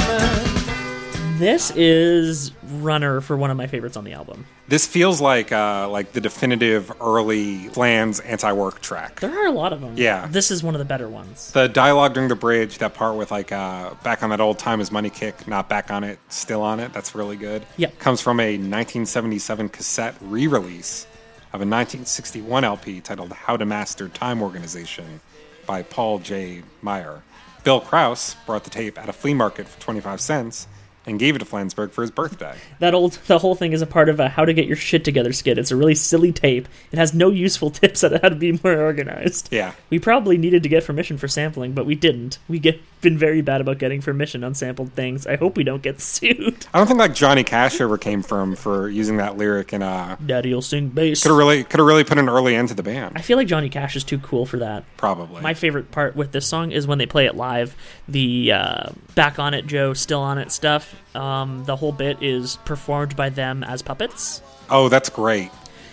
[SPEAKER 2] This is Runner for one of my favorites on the album.
[SPEAKER 1] This feels like uh, like the definitive early Flans anti-work track.
[SPEAKER 2] There are a lot of them.
[SPEAKER 1] Yeah.
[SPEAKER 2] This is one of the better ones.
[SPEAKER 1] The dialogue during the bridge, that part with like uh, back on that old time is money kick, not back on it, still on it. That's really good.
[SPEAKER 2] Yeah.
[SPEAKER 1] comes from a 1977 cassette re-release of a 1961 LP titled "How to Master Time Organization" by Paul J. Meyer. Bill Krause brought the tape at a flea market for 25 cents and gave it to Flansburgh for his birthday.
[SPEAKER 2] That old, the whole thing is a part of a How to Get Your Shit Together skit. It's a really silly tape. It has no useful tips on how to be more organized.
[SPEAKER 1] Yeah.
[SPEAKER 2] We probably needed to get permission for sampling, but we didn't. We get been very bad about getting permission on sampled things. I hope we don't get sued.
[SPEAKER 1] I don't think like Johnny Cash ever came from for using that lyric and uh
[SPEAKER 2] Daddy'll sing bass.
[SPEAKER 1] could have really could have really put an early end to the band
[SPEAKER 2] I feel like Johnny Cash is too cool for that.
[SPEAKER 1] probably.
[SPEAKER 2] My favorite part with this song is when they play it live. The uh, back on it, Joe, still on it stuff. Um, the whole bit is performed by them as puppets.
[SPEAKER 1] oh, that's great.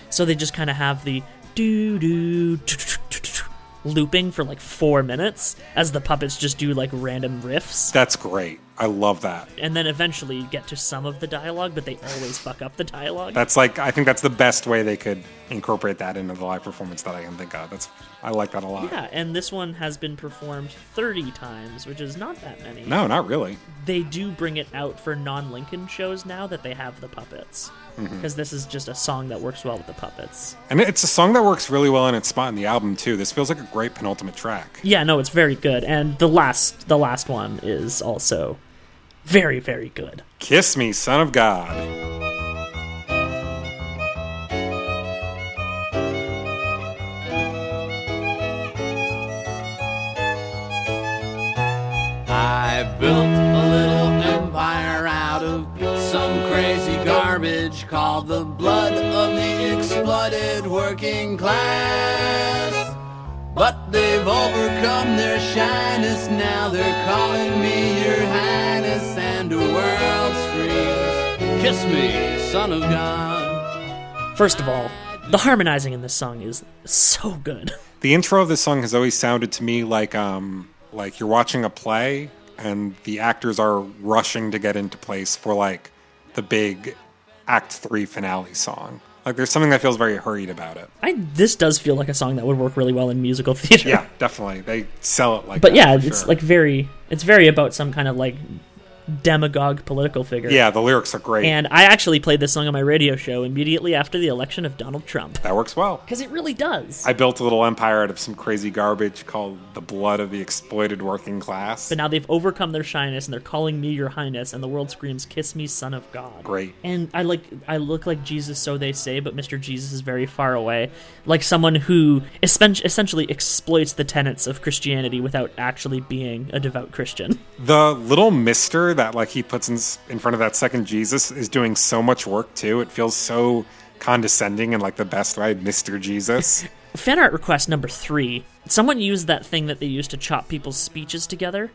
[SPEAKER 2] So they just kind of have the doo doo tu- tu- tu- tu- tu- looping for like four minutes as the puppets just do like random riffs.
[SPEAKER 1] That's great. I love that.
[SPEAKER 2] and then eventually get to some of the dialogue, but they always fuck up the dialogue.
[SPEAKER 1] That's like I think that's the best way they could incorporate that into the live performance that I can think of. That's I like that a lot.
[SPEAKER 2] yeah, and this one has been performed 30 times, which is not that many.
[SPEAKER 1] No, not really.
[SPEAKER 2] They do bring it out for non Lincoln shows now that they have the puppets.
[SPEAKER 1] Mm-hmm.
[SPEAKER 2] Because this is just a song that works well with the puppets.
[SPEAKER 1] And it's a song that works really well in its spot in the album too. This feels like a great penultimate track.
[SPEAKER 2] Yeah, no, it's very good. And the last the last one is also very, very good.
[SPEAKER 1] Kiss me, son of God.
[SPEAKER 3] I built a little empire out of some crazy garbage called the blood of the exploited working class. But they've overcome their shyness, now they're calling me your highness, and the world screams, Kiss me, son of God.
[SPEAKER 2] First of all, the harmonizing in this song is so good.
[SPEAKER 1] The intro of this song has always sounded to me like um like you're watching a play and the actors are rushing to get into place for like the big act 3 finale song. Like there's something that feels very hurried about it.
[SPEAKER 2] I this does feel like a song that would work really well in musical theater.
[SPEAKER 1] Yeah, definitely. They sell it like
[SPEAKER 2] But
[SPEAKER 1] that
[SPEAKER 2] yeah,
[SPEAKER 1] for
[SPEAKER 2] it's
[SPEAKER 1] sure.
[SPEAKER 2] like very it's very about some kind of like demagogue political figure.
[SPEAKER 1] Yeah, the lyrics are great.
[SPEAKER 2] And I actually played this song on my radio show immediately after the election of Donald Trump.
[SPEAKER 1] that works well.
[SPEAKER 2] Because it really does.
[SPEAKER 1] I built a little empire out of some crazy garbage called the blood of the exploited working class.
[SPEAKER 2] But now they've overcome their shyness and they're calling me your highness, and the world screams, Kiss me, son of God.
[SPEAKER 1] Great.
[SPEAKER 2] And I like I look like Jesus, so they say, but Mr. Jesus is very far away. Like someone who essen- essentially exploits the tenets of Christianity without actually being a devout Christian.
[SPEAKER 1] The little mister that like he puts in, in front of that second Jesus is doing so much work too. It feels so condescending and like the best way, Mister Jesus.
[SPEAKER 2] Fan art request number three. Someone used that thing that they used to chop people's speeches together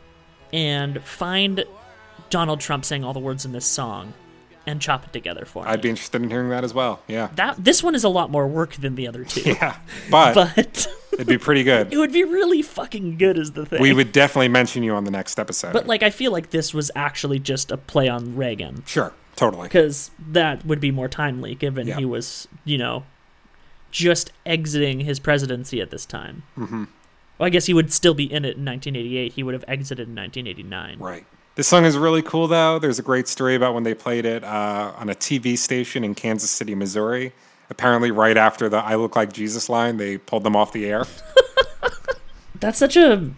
[SPEAKER 2] and find Donald Trump saying all the words in this song and chop it together for me.
[SPEAKER 1] I'd be interested in hearing that as well. Yeah,
[SPEAKER 2] that this one is a lot more work than the other two.
[SPEAKER 1] yeah, but,
[SPEAKER 2] But
[SPEAKER 1] it'd be pretty good.
[SPEAKER 2] it would be really fucking good is the thing.
[SPEAKER 1] we would definitely mention you on the next episode.
[SPEAKER 2] But like I feel like this was actually just a play on Reagan
[SPEAKER 1] sure, totally.
[SPEAKER 2] cuz that would be more timely given
[SPEAKER 1] Yeah.
[SPEAKER 2] he was, you know, just exiting his presidency at this time. Mhm.
[SPEAKER 1] Mm-hmm.
[SPEAKER 2] Well, I guess he would still be in it in 1988. He would have exited in 1989.
[SPEAKER 1] Right. This song is really cool, though. There's a great story about when they played it uh, on a TV station in Kansas City, Missouri. Apparently, right after the I Look Like Jesus line, they pulled them off the air.
[SPEAKER 2] That's such a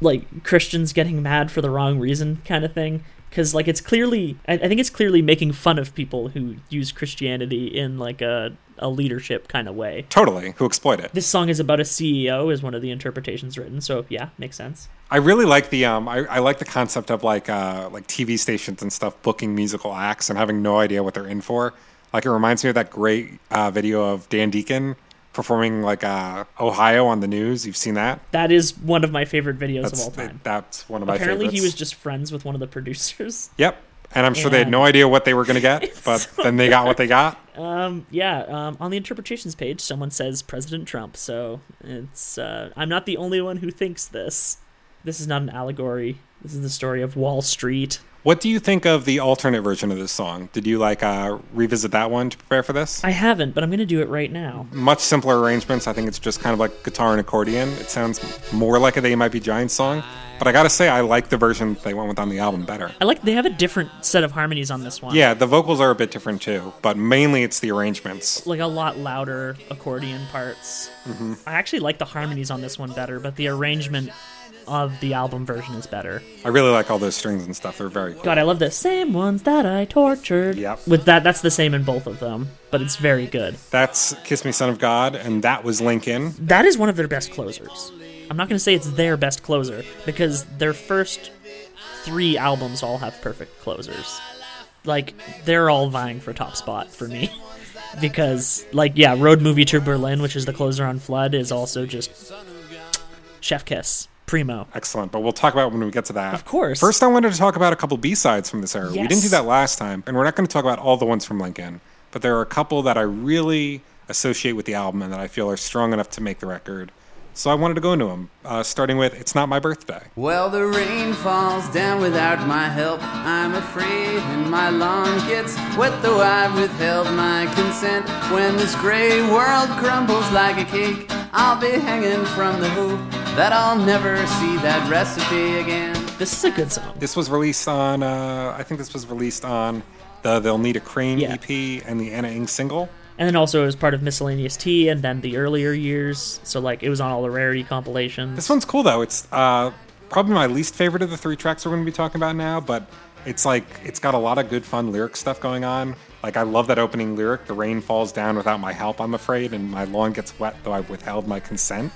[SPEAKER 2] like Christians getting mad for the wrong reason kind of thing. Because like it's clearly, I, I think it's clearly making fun of people who use Christianity in like a a leadership kind of way.
[SPEAKER 1] totally. Who exploit it?
[SPEAKER 2] This song is about a CEO, is one of the interpretations written. So yeah, makes sense.
[SPEAKER 1] I really like the um, I, I like the concept of like uh, like TV stations and stuff booking musical acts and having no idea what they're in for. Like it reminds me of that great uh, video of Dan Deacon performing like uh, Ohio on the news. You've seen that?
[SPEAKER 2] That is one of my favorite videos
[SPEAKER 1] That's
[SPEAKER 2] of all time.
[SPEAKER 1] that's one of my
[SPEAKER 2] Apparently,
[SPEAKER 1] favorites.
[SPEAKER 2] he was just friends with one of the producers.
[SPEAKER 1] Yep. And I'm sure they had
[SPEAKER 2] And-
[SPEAKER 1] no idea what they were going to get, but then they got what they got.
[SPEAKER 2] Yeah, um, on the interpretations page, someone says President Trump. So it's uh, I'm not the only one who thinks this. This is not an allegory. This is the story of Wall Street.
[SPEAKER 1] What do you think of the alternate version of this song? Did you like uh, revisit that one to prepare for this?
[SPEAKER 2] I haven't, but I'm gonna do it right now.
[SPEAKER 1] Much simpler arrangements. I think it's just kind of like guitar and accordion. It sounds more like a They Might Be Giants song, but I gotta say, I like the version they went with on the album better.
[SPEAKER 2] I like they have a different set of harmonies on this one.
[SPEAKER 1] Yeah, the vocals are a bit different too, but mainly it's the arrangements.
[SPEAKER 2] like a lot louder accordion parts.
[SPEAKER 1] Mm-hmm.
[SPEAKER 2] I actually like the harmonies on this one better, but the arrangement of the album version is better.
[SPEAKER 1] I really like all those strings and stuff. They're very cool.
[SPEAKER 2] God, I love the same ones that I tortured.
[SPEAKER 1] Yep.
[SPEAKER 2] With that, that's the same in both of them, but it's very good.
[SPEAKER 1] That's Kiss Me Son of God, and that was Lincoln.
[SPEAKER 2] That is one of their best closers. I'm not going to say it's their best closer because their first three albums all have perfect closers. Like they're all vying for top spot for me because like yeah, Road Movie to Berlin, which is the closer on Flood, is also just chef kiss primo.
[SPEAKER 1] Excellent, but we'll talk about it when we get to that.
[SPEAKER 2] Of course.
[SPEAKER 1] First, I wanted to talk about a couple B sides from this era. We didn't do
[SPEAKER 2] Yes.
[SPEAKER 1] that last time, and we're not going to talk about all the ones from Lincoln, but there are a couple that I really associate with the album and that I feel are strong enough to make the record. So I wanted to go into them, uh, starting with It's Not My Birthday.
[SPEAKER 3] Well, the rain falls down without my help, I'm afraid, and my lawn gets wet, though I've withheld my consent. When this gray world crumbles like a cake, I'll be hanging from the hoop that I'll never see that recipe again.
[SPEAKER 2] This is a good song.
[SPEAKER 1] This was released on, uh, I think this was released on the They'll Need a Crane
[SPEAKER 2] Yeah.
[SPEAKER 1] EP and the Anna Ing single.
[SPEAKER 2] And then also it was part of Miscellaneous Tea and then the earlier years. So like it was on all the rarity compilations.
[SPEAKER 1] This one's cool though. It's uh, probably my least favorite of the three tracks we're going to be talking about now, but it's like it's got a lot of good, fun lyric stuff going on. Like I love that opening lyric: "The rain falls down without my help, I'm afraid, and my lawn gets wet though I've withheld my consent."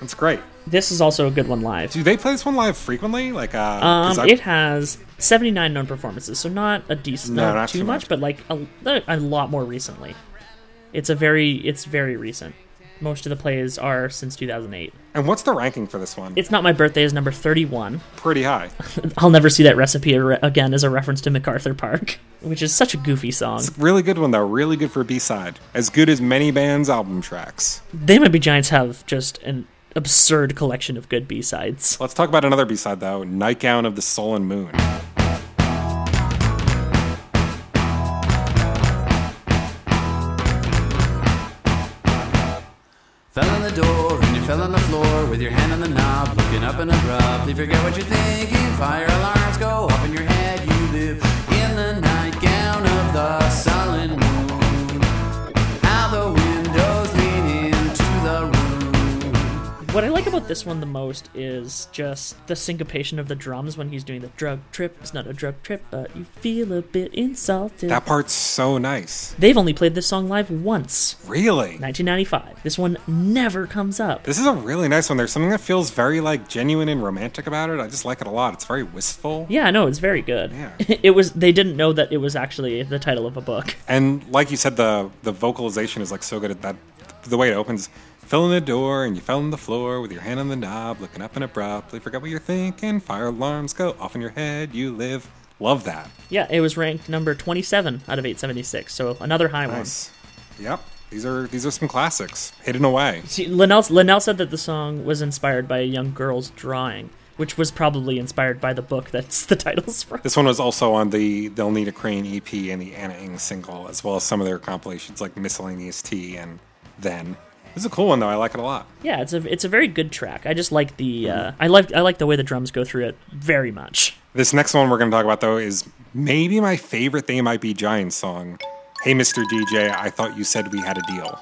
[SPEAKER 1] it's great.
[SPEAKER 2] This is also a good one live.
[SPEAKER 1] Do they play this one live frequently? Like, uh, 'cause
[SPEAKER 2] Um,
[SPEAKER 1] I-
[SPEAKER 2] it has 79 known performances, so not a decent,
[SPEAKER 1] No,
[SPEAKER 2] not,
[SPEAKER 1] not
[SPEAKER 2] too
[SPEAKER 1] too
[SPEAKER 2] much,
[SPEAKER 1] much.
[SPEAKER 2] but like a, a lot more recently. It's a very, it's very recent. Most of the plays are since 2008.
[SPEAKER 1] and what's the ranking for this one?
[SPEAKER 2] It's not my birthday is number 31.
[SPEAKER 1] pretty high.
[SPEAKER 2] I'll never see that recipe ar- again as a reference to MacArthur Park, which is such a goofy song.
[SPEAKER 1] Really good one though. Really good for B side. As good as many bands' album tracks.
[SPEAKER 2] They Might Be Giants have just an absurd collection of good B sides.
[SPEAKER 1] Let's talk about another B side though. Nightgown of the Soul and Moon.
[SPEAKER 3] Fell on the door and you fell on the floor with your hand on the knob, looking up and abruptly forget what you're thinking. Fire alarms go up in your head. You live in the nightgown of the sullen moon. Out the windows lean into the room.
[SPEAKER 2] What I like about this one the most is just the syncopation of the drums when he's doing the drug trip. It's not a drug trip, but you feel a bit insulted.
[SPEAKER 1] That part's so nice.
[SPEAKER 2] They've only played this song live once,
[SPEAKER 1] Really.
[SPEAKER 2] 1995. This one never comes up.
[SPEAKER 1] This is a really nice one. There's something that feels very like genuine and romantic about it. I just like it a lot. It's very wistful.
[SPEAKER 2] Yeah, no, it's very good.
[SPEAKER 1] Yeah.
[SPEAKER 2] it was they didn't know that it was actually the title of a book.
[SPEAKER 1] And like you said, the the vocalization is like so good at that. The way it opens, fell in the door and you fell on the floor with your hand on the knob, looking up and abruptly forgot what you're thinking. Fire alarms go off in your head. You live. Love that.
[SPEAKER 2] Yeah, it was ranked number 27 out of 876, so another high one.
[SPEAKER 1] Nice. Yep. These are these are some classics. Hidden away.
[SPEAKER 2] See, Linnell, Linnell said that the song was inspired by a young girl's drawing, which was probably inspired by the book that's the title's from.
[SPEAKER 1] This one was also on the They'll Need a Crane EP and the Anna Ing single, as well as some of their compilations like Miscellaneous Tea and Then. This is a cool one though. I like it a lot.
[SPEAKER 2] Yeah, it's a it's a very good track. I just like the
[SPEAKER 1] Mm-hmm.
[SPEAKER 2] uh, I like I like the way the drums go through it very much.
[SPEAKER 1] This next one we're going to talk about though is maybe my favorite They Might Be Giants song. Hey, Mr. DJ, I thought you said we had a deal.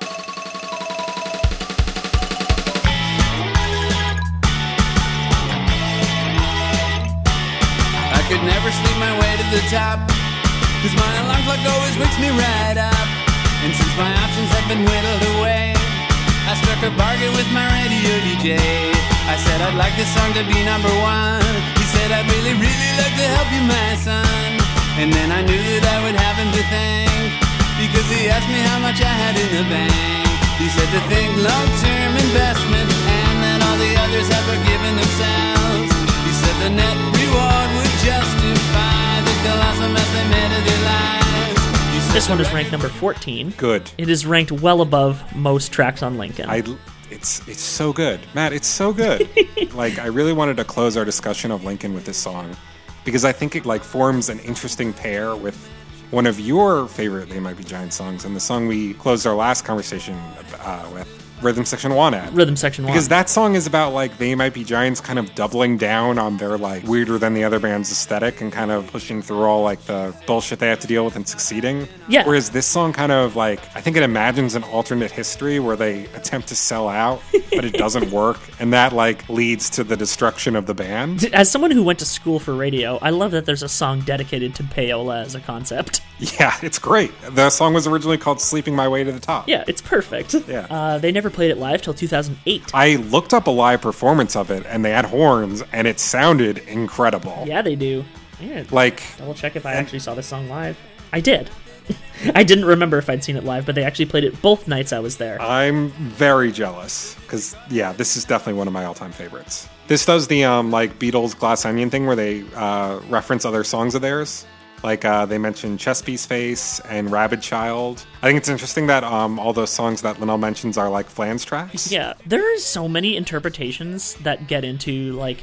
[SPEAKER 3] I could never sleep my way to the top. Cause my alarm clock always wakes me right up. And since my options have been whittled away, I struck a bargain with my radio DJ. I said I'd like this song to be number one. He said I'd really, really like to help you, my son. And then I knew that I would have him to thank. Because he asked me how much I had in the bank. He said to think long-term investment and that all the others have forgiven themselves. He said the net reward would justify the colossal mess they made of their lives. He said
[SPEAKER 2] This one
[SPEAKER 3] the
[SPEAKER 2] is ranked
[SPEAKER 3] record-
[SPEAKER 2] number 14.
[SPEAKER 1] Good.
[SPEAKER 2] It is ranked well above most tracks on Lincoln.
[SPEAKER 1] I it's it's so good, Matt. It's so good. like I really wanted to close our discussion of Lincoln with this song because I think it like forms an interesting pair with one of your favorite They Might Be Giants songs and the song we closed our last conversation uh, with, Rhythm Section One at.
[SPEAKER 2] Rhythm section one.
[SPEAKER 1] Because that song is about like they might be giants kind of doubling down on their like weirder than the other band's aesthetic and kind of pushing through all like the bullshit they have to deal with and succeeding.
[SPEAKER 2] Yeah.
[SPEAKER 1] Whereas this song kind of like I think it imagines an alternate history where they attempt to sell out, but it doesn't work, and that like leads to the destruction of the band.
[SPEAKER 2] as someone who went to school for radio, I love that there's a song dedicated to payola as a concept.
[SPEAKER 1] Yeah, it's great. The song was originally called "Sleeping My Way to the Top."
[SPEAKER 2] Yeah, it's perfect.
[SPEAKER 1] Yeah.
[SPEAKER 2] Uh, they never played it live till 2008.
[SPEAKER 1] I looked up a live performance of it, and they had horns, and it sounded incredible.
[SPEAKER 2] yeah, they do. Yeah.
[SPEAKER 1] Like
[SPEAKER 2] Double check if I actually saw this song live. I did. I didn't remember if I'd seen it live, but they actually played it both nights I was there.
[SPEAKER 1] I'm very jealous because yeah, this is definitely one of my all-time favorites. This does the um like Beatles Glass Onion thing where they uh, reference other songs of theirs. Like uh, they mentioned Chesapeake's Face and Rabid Child. I think it's interesting that um, all those songs that Linnell mentions are like Flans tracks.
[SPEAKER 2] Yeah, there is so many interpretations that get into like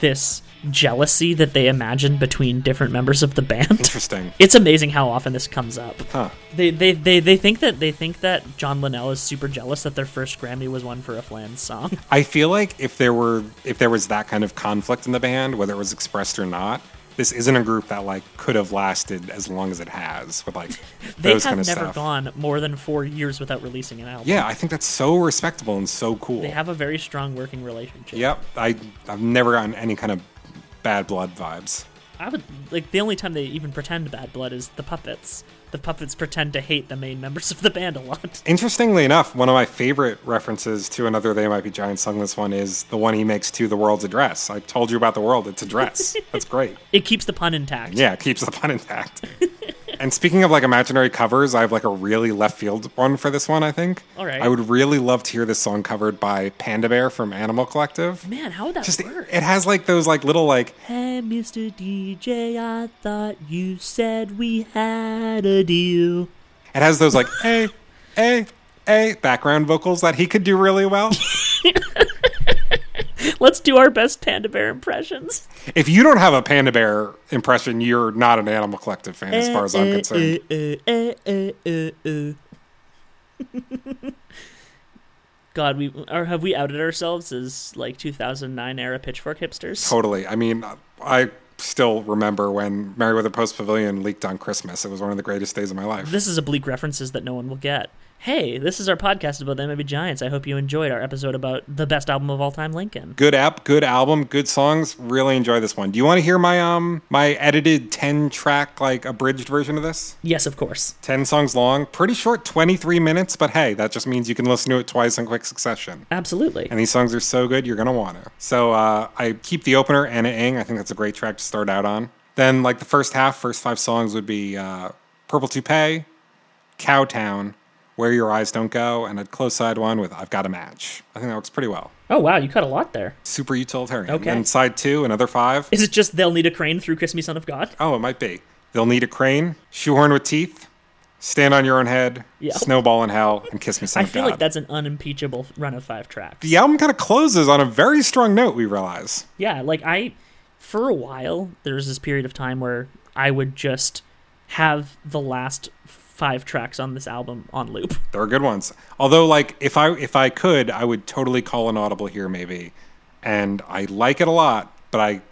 [SPEAKER 2] this jealousy that they imagine between different members of the band.
[SPEAKER 1] Interesting.
[SPEAKER 2] It's amazing how often this comes up.
[SPEAKER 1] Huh.
[SPEAKER 2] They, they, they, they think that they think that John Linnell is super jealous that their first Grammy was won for a Flans song.
[SPEAKER 1] I feel like if there were if there was that kind of conflict in the band, whether it was expressed or not, this isn't a group that like could have lasted as long as it has with like
[SPEAKER 2] They
[SPEAKER 1] those
[SPEAKER 2] have
[SPEAKER 1] kind of
[SPEAKER 2] never
[SPEAKER 1] stuff.
[SPEAKER 2] gone more than four years without releasing an album.
[SPEAKER 1] Yeah, I think that's so respectable and so cool.
[SPEAKER 2] They have a very strong working relationship.
[SPEAKER 1] Yep, I I've never gotten any kind of bad blood vibes.
[SPEAKER 2] I would like the only time they even pretend bad blood is the puppets. The puppets pretend to hate the main members of the band a lot.
[SPEAKER 1] Interestingly enough, one of my favorite references to another They Might Be Giants song this one is the one he makes to The World's Address. I told you about the world, it's a dress. That's great.
[SPEAKER 2] It keeps the pun intact.
[SPEAKER 1] Yeah, it keeps the pun intact. and speaking of like imaginary covers, I have like a really left field one for this one, I think.
[SPEAKER 2] All right.
[SPEAKER 1] I would really love to hear this song covered by Panda Bear from Animal Collective.
[SPEAKER 2] Man, how would that
[SPEAKER 1] Just
[SPEAKER 2] work?
[SPEAKER 1] it has like those like little like
[SPEAKER 2] Hey, Mr. DJ, I thought you said we had a deal.
[SPEAKER 1] It has those like hey, hey, hey background vocals that he could do really well.
[SPEAKER 2] Let's do our best Panda Bear impressions.
[SPEAKER 1] if you don't have a panda bear impression, you're not an Animal Collective fan, as far as
[SPEAKER 2] Eh,
[SPEAKER 1] I'm concerned.
[SPEAKER 2] eh. God, we or have we outed ourselves as like 2009 era pitchfork hipsters?
[SPEAKER 1] Totally. I mean, I still remember when Meriwether Post Pavilion leaked on Christmas. It was one of the greatest days of my life.
[SPEAKER 2] This is oblique references that no one will get. Hey, this is our podcast about the MLB Giants. I hope you enjoyed our episode about the best album of all time, Lincoln.
[SPEAKER 1] good app, good album, good songs. Really enjoy this one. Do you want to hear my um my edited 10 track like abridged version of this?
[SPEAKER 2] Yes, of course.
[SPEAKER 1] 10 songs long, pretty short, 23 minutes, but hey, that just means you can listen to it twice in quick succession.
[SPEAKER 2] Absolutely.
[SPEAKER 1] And these songs are so good, you're gonna want to. So uh, I keep the opener and Ang. I think that's a great track to start out on. Then like the first half, first five songs would be uh, Purple Toupee, Cowtown, Where Your Eyes Don't Go, and a close side one with I've Got a Match. I think that works pretty well.
[SPEAKER 2] Oh, wow, you cut a lot there.
[SPEAKER 1] Super utilitarian.
[SPEAKER 2] Okay.
[SPEAKER 1] And side two, another five.
[SPEAKER 2] Is it just they'll need a crane through Kiss Me Son of God?
[SPEAKER 1] Oh, it might be. They'll need a crane, shoehorn with teeth, stand on your own head,
[SPEAKER 2] Yeah.
[SPEAKER 1] snowball in hell, and kiss me. Son
[SPEAKER 2] I
[SPEAKER 1] of
[SPEAKER 2] feel
[SPEAKER 1] God.
[SPEAKER 2] like that's an unimpeachable run of five tracks.
[SPEAKER 1] The album kind of closes on a very strong note. We realize.
[SPEAKER 2] Yeah, like I for a while there was this period of time where I would just have the last five tracks on this album on loop.
[SPEAKER 1] There are good ones. Although, like, if I if I could, I would totally call an audible here, maybe. And I like it a lot, but I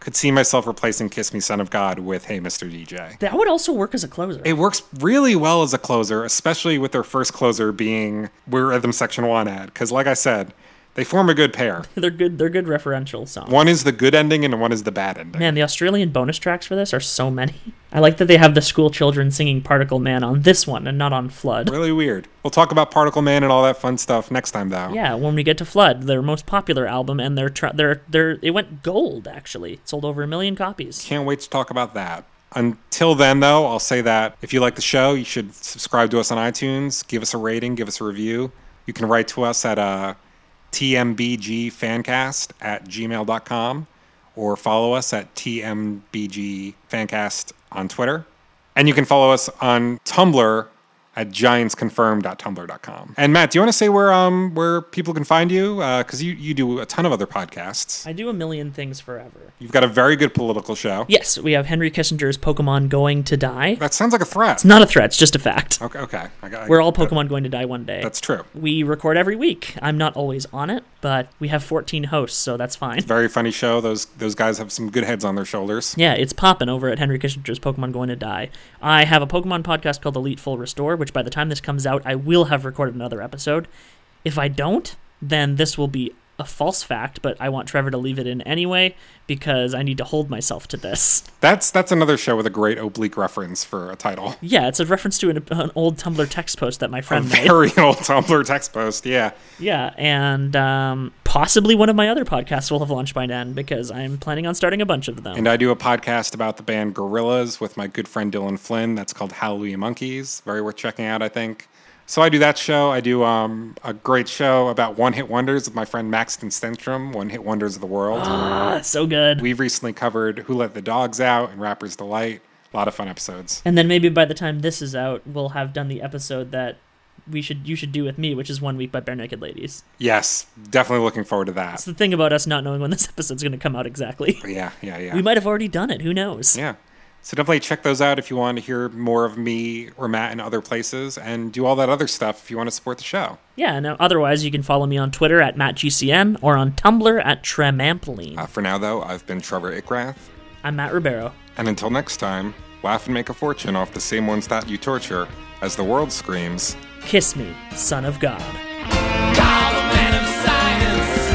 [SPEAKER 1] could see myself replacing "Kiss Me, Son of God" with "Hey, Mr. DJ."
[SPEAKER 2] That would also work as a closer.
[SPEAKER 1] It works really well as a closer, especially with their first closer being "We're Rhythm Section One" ad, because, like I said, they form a good pair.
[SPEAKER 2] they're good they're good referential songs.
[SPEAKER 1] One is the good ending, and one is the bad ending.
[SPEAKER 2] Man, the Australian bonus tracks for this are so many. I like that they have the school children singing Particle Man on this one and not on Flood.
[SPEAKER 1] Really weird. We'll talk about Particle Man and all that fun stuff next time, though.
[SPEAKER 2] Yeah, when we get to Flood, their most popular album and their tr- their their it went gold actually. It sold over a million copies.
[SPEAKER 1] Can't wait to talk about that. Until then, though, I'll say that if you like the show, you should subscribe to us on iTunes, give us a rating, give us a review. You can write to us at uh, tmbgfancast at gmail.com or follow us at tmbgfancast on Twitter. And you can follow us on Tumblr at giantsconfirm.tumblr.com. And Matt, do you want to say where um where people can find you? Because you, you do a ton of other podcasts.
[SPEAKER 2] I do a million things forever.
[SPEAKER 1] You've got a very good political show.
[SPEAKER 2] Yes, we have Henry Kissinger's Pokemon Going to Die.
[SPEAKER 1] That sounds like a threat.
[SPEAKER 2] Not a threat, it's just a fact.
[SPEAKER 1] Okay, okay. I got,
[SPEAKER 2] We're all Pokemon going to die one day.
[SPEAKER 1] That's true.
[SPEAKER 2] We record every week. I'm not always on it, but we have 14 hosts, so that's fine.
[SPEAKER 1] Very funny show. Those those guys have some good heads on their shoulders.
[SPEAKER 2] Yeah, it's poppin' over at Henry Kissinger's Pokemon Going to Die. I have a Pokemon podcast called Elite Full Restore, which by the time this comes out, I will have recorded another episode. If I don't, then this will be a false fact, but I want Trevor to leave it in anyway because I need to hold myself to this.
[SPEAKER 1] That's that's another show with a great oblique reference for a title.
[SPEAKER 2] Yeah, it's a reference to an, an old Tumblr text post that my friend made.
[SPEAKER 1] Very old Tumblr text post. Yeah.
[SPEAKER 2] Yeah, and um, possibly one of my other podcasts will have launched by then because I'm planning on starting a bunch of them.
[SPEAKER 1] And I do a podcast about the band Gorillas with my good friend Dylan Flynn. That's called Hallelujah Monkeys. Very worth checking out, I think. So I do that show. I do um, a great show about one hit wonders with my friend Maxton Stentrum, One Hit Wonders of the World.
[SPEAKER 2] Ah, so good.
[SPEAKER 1] We've recently covered Who Let the Dogs Out and Rapper's Delight, A lot of fun episodes.
[SPEAKER 2] And then maybe by the time this is out, we'll have done the episode that we should you should do with me, which is one week by Bare Naked Ladies.
[SPEAKER 1] Yes, definitely looking forward to that.
[SPEAKER 2] That's the thing about us not knowing when this episode's going to come out exactly.
[SPEAKER 1] Yeah, yeah, yeah.
[SPEAKER 2] We might have already done it. Who knows?
[SPEAKER 1] Yeah. So definitely check those out if you want to hear more of me or Matt in other places and do all that other stuff if you want to support the show.
[SPEAKER 2] Yeah, and uh, otherwise, you can follow me on Twitter at MattGCN or on Tumblr at Tramampoline.
[SPEAKER 1] Uh, for now, though, I've been Trevor Ickrath.
[SPEAKER 2] I'm Matt Ribeiro.
[SPEAKER 1] And until next time, laugh and make a fortune off the same ones that you torture as the world screams.
[SPEAKER 2] Kiss me, son of God.
[SPEAKER 4] Call the man of science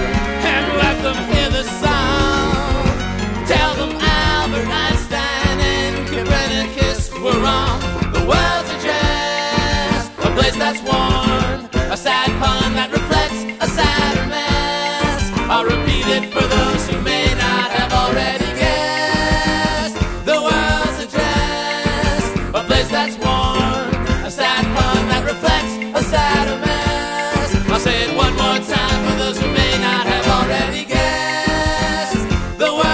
[SPEAKER 4] and let them hear the song. Tell them Albert Einstein and Copernicus were wrong. The world's a jest, a place that's worn, a sad pun that reflects a sadder mess. I'll repeat it for those who may not have already guessed. The world's a jest, a place that's worn, a sad pun that reflects a sadder mess. I'll say it one more time for those who may not have already guessed. The world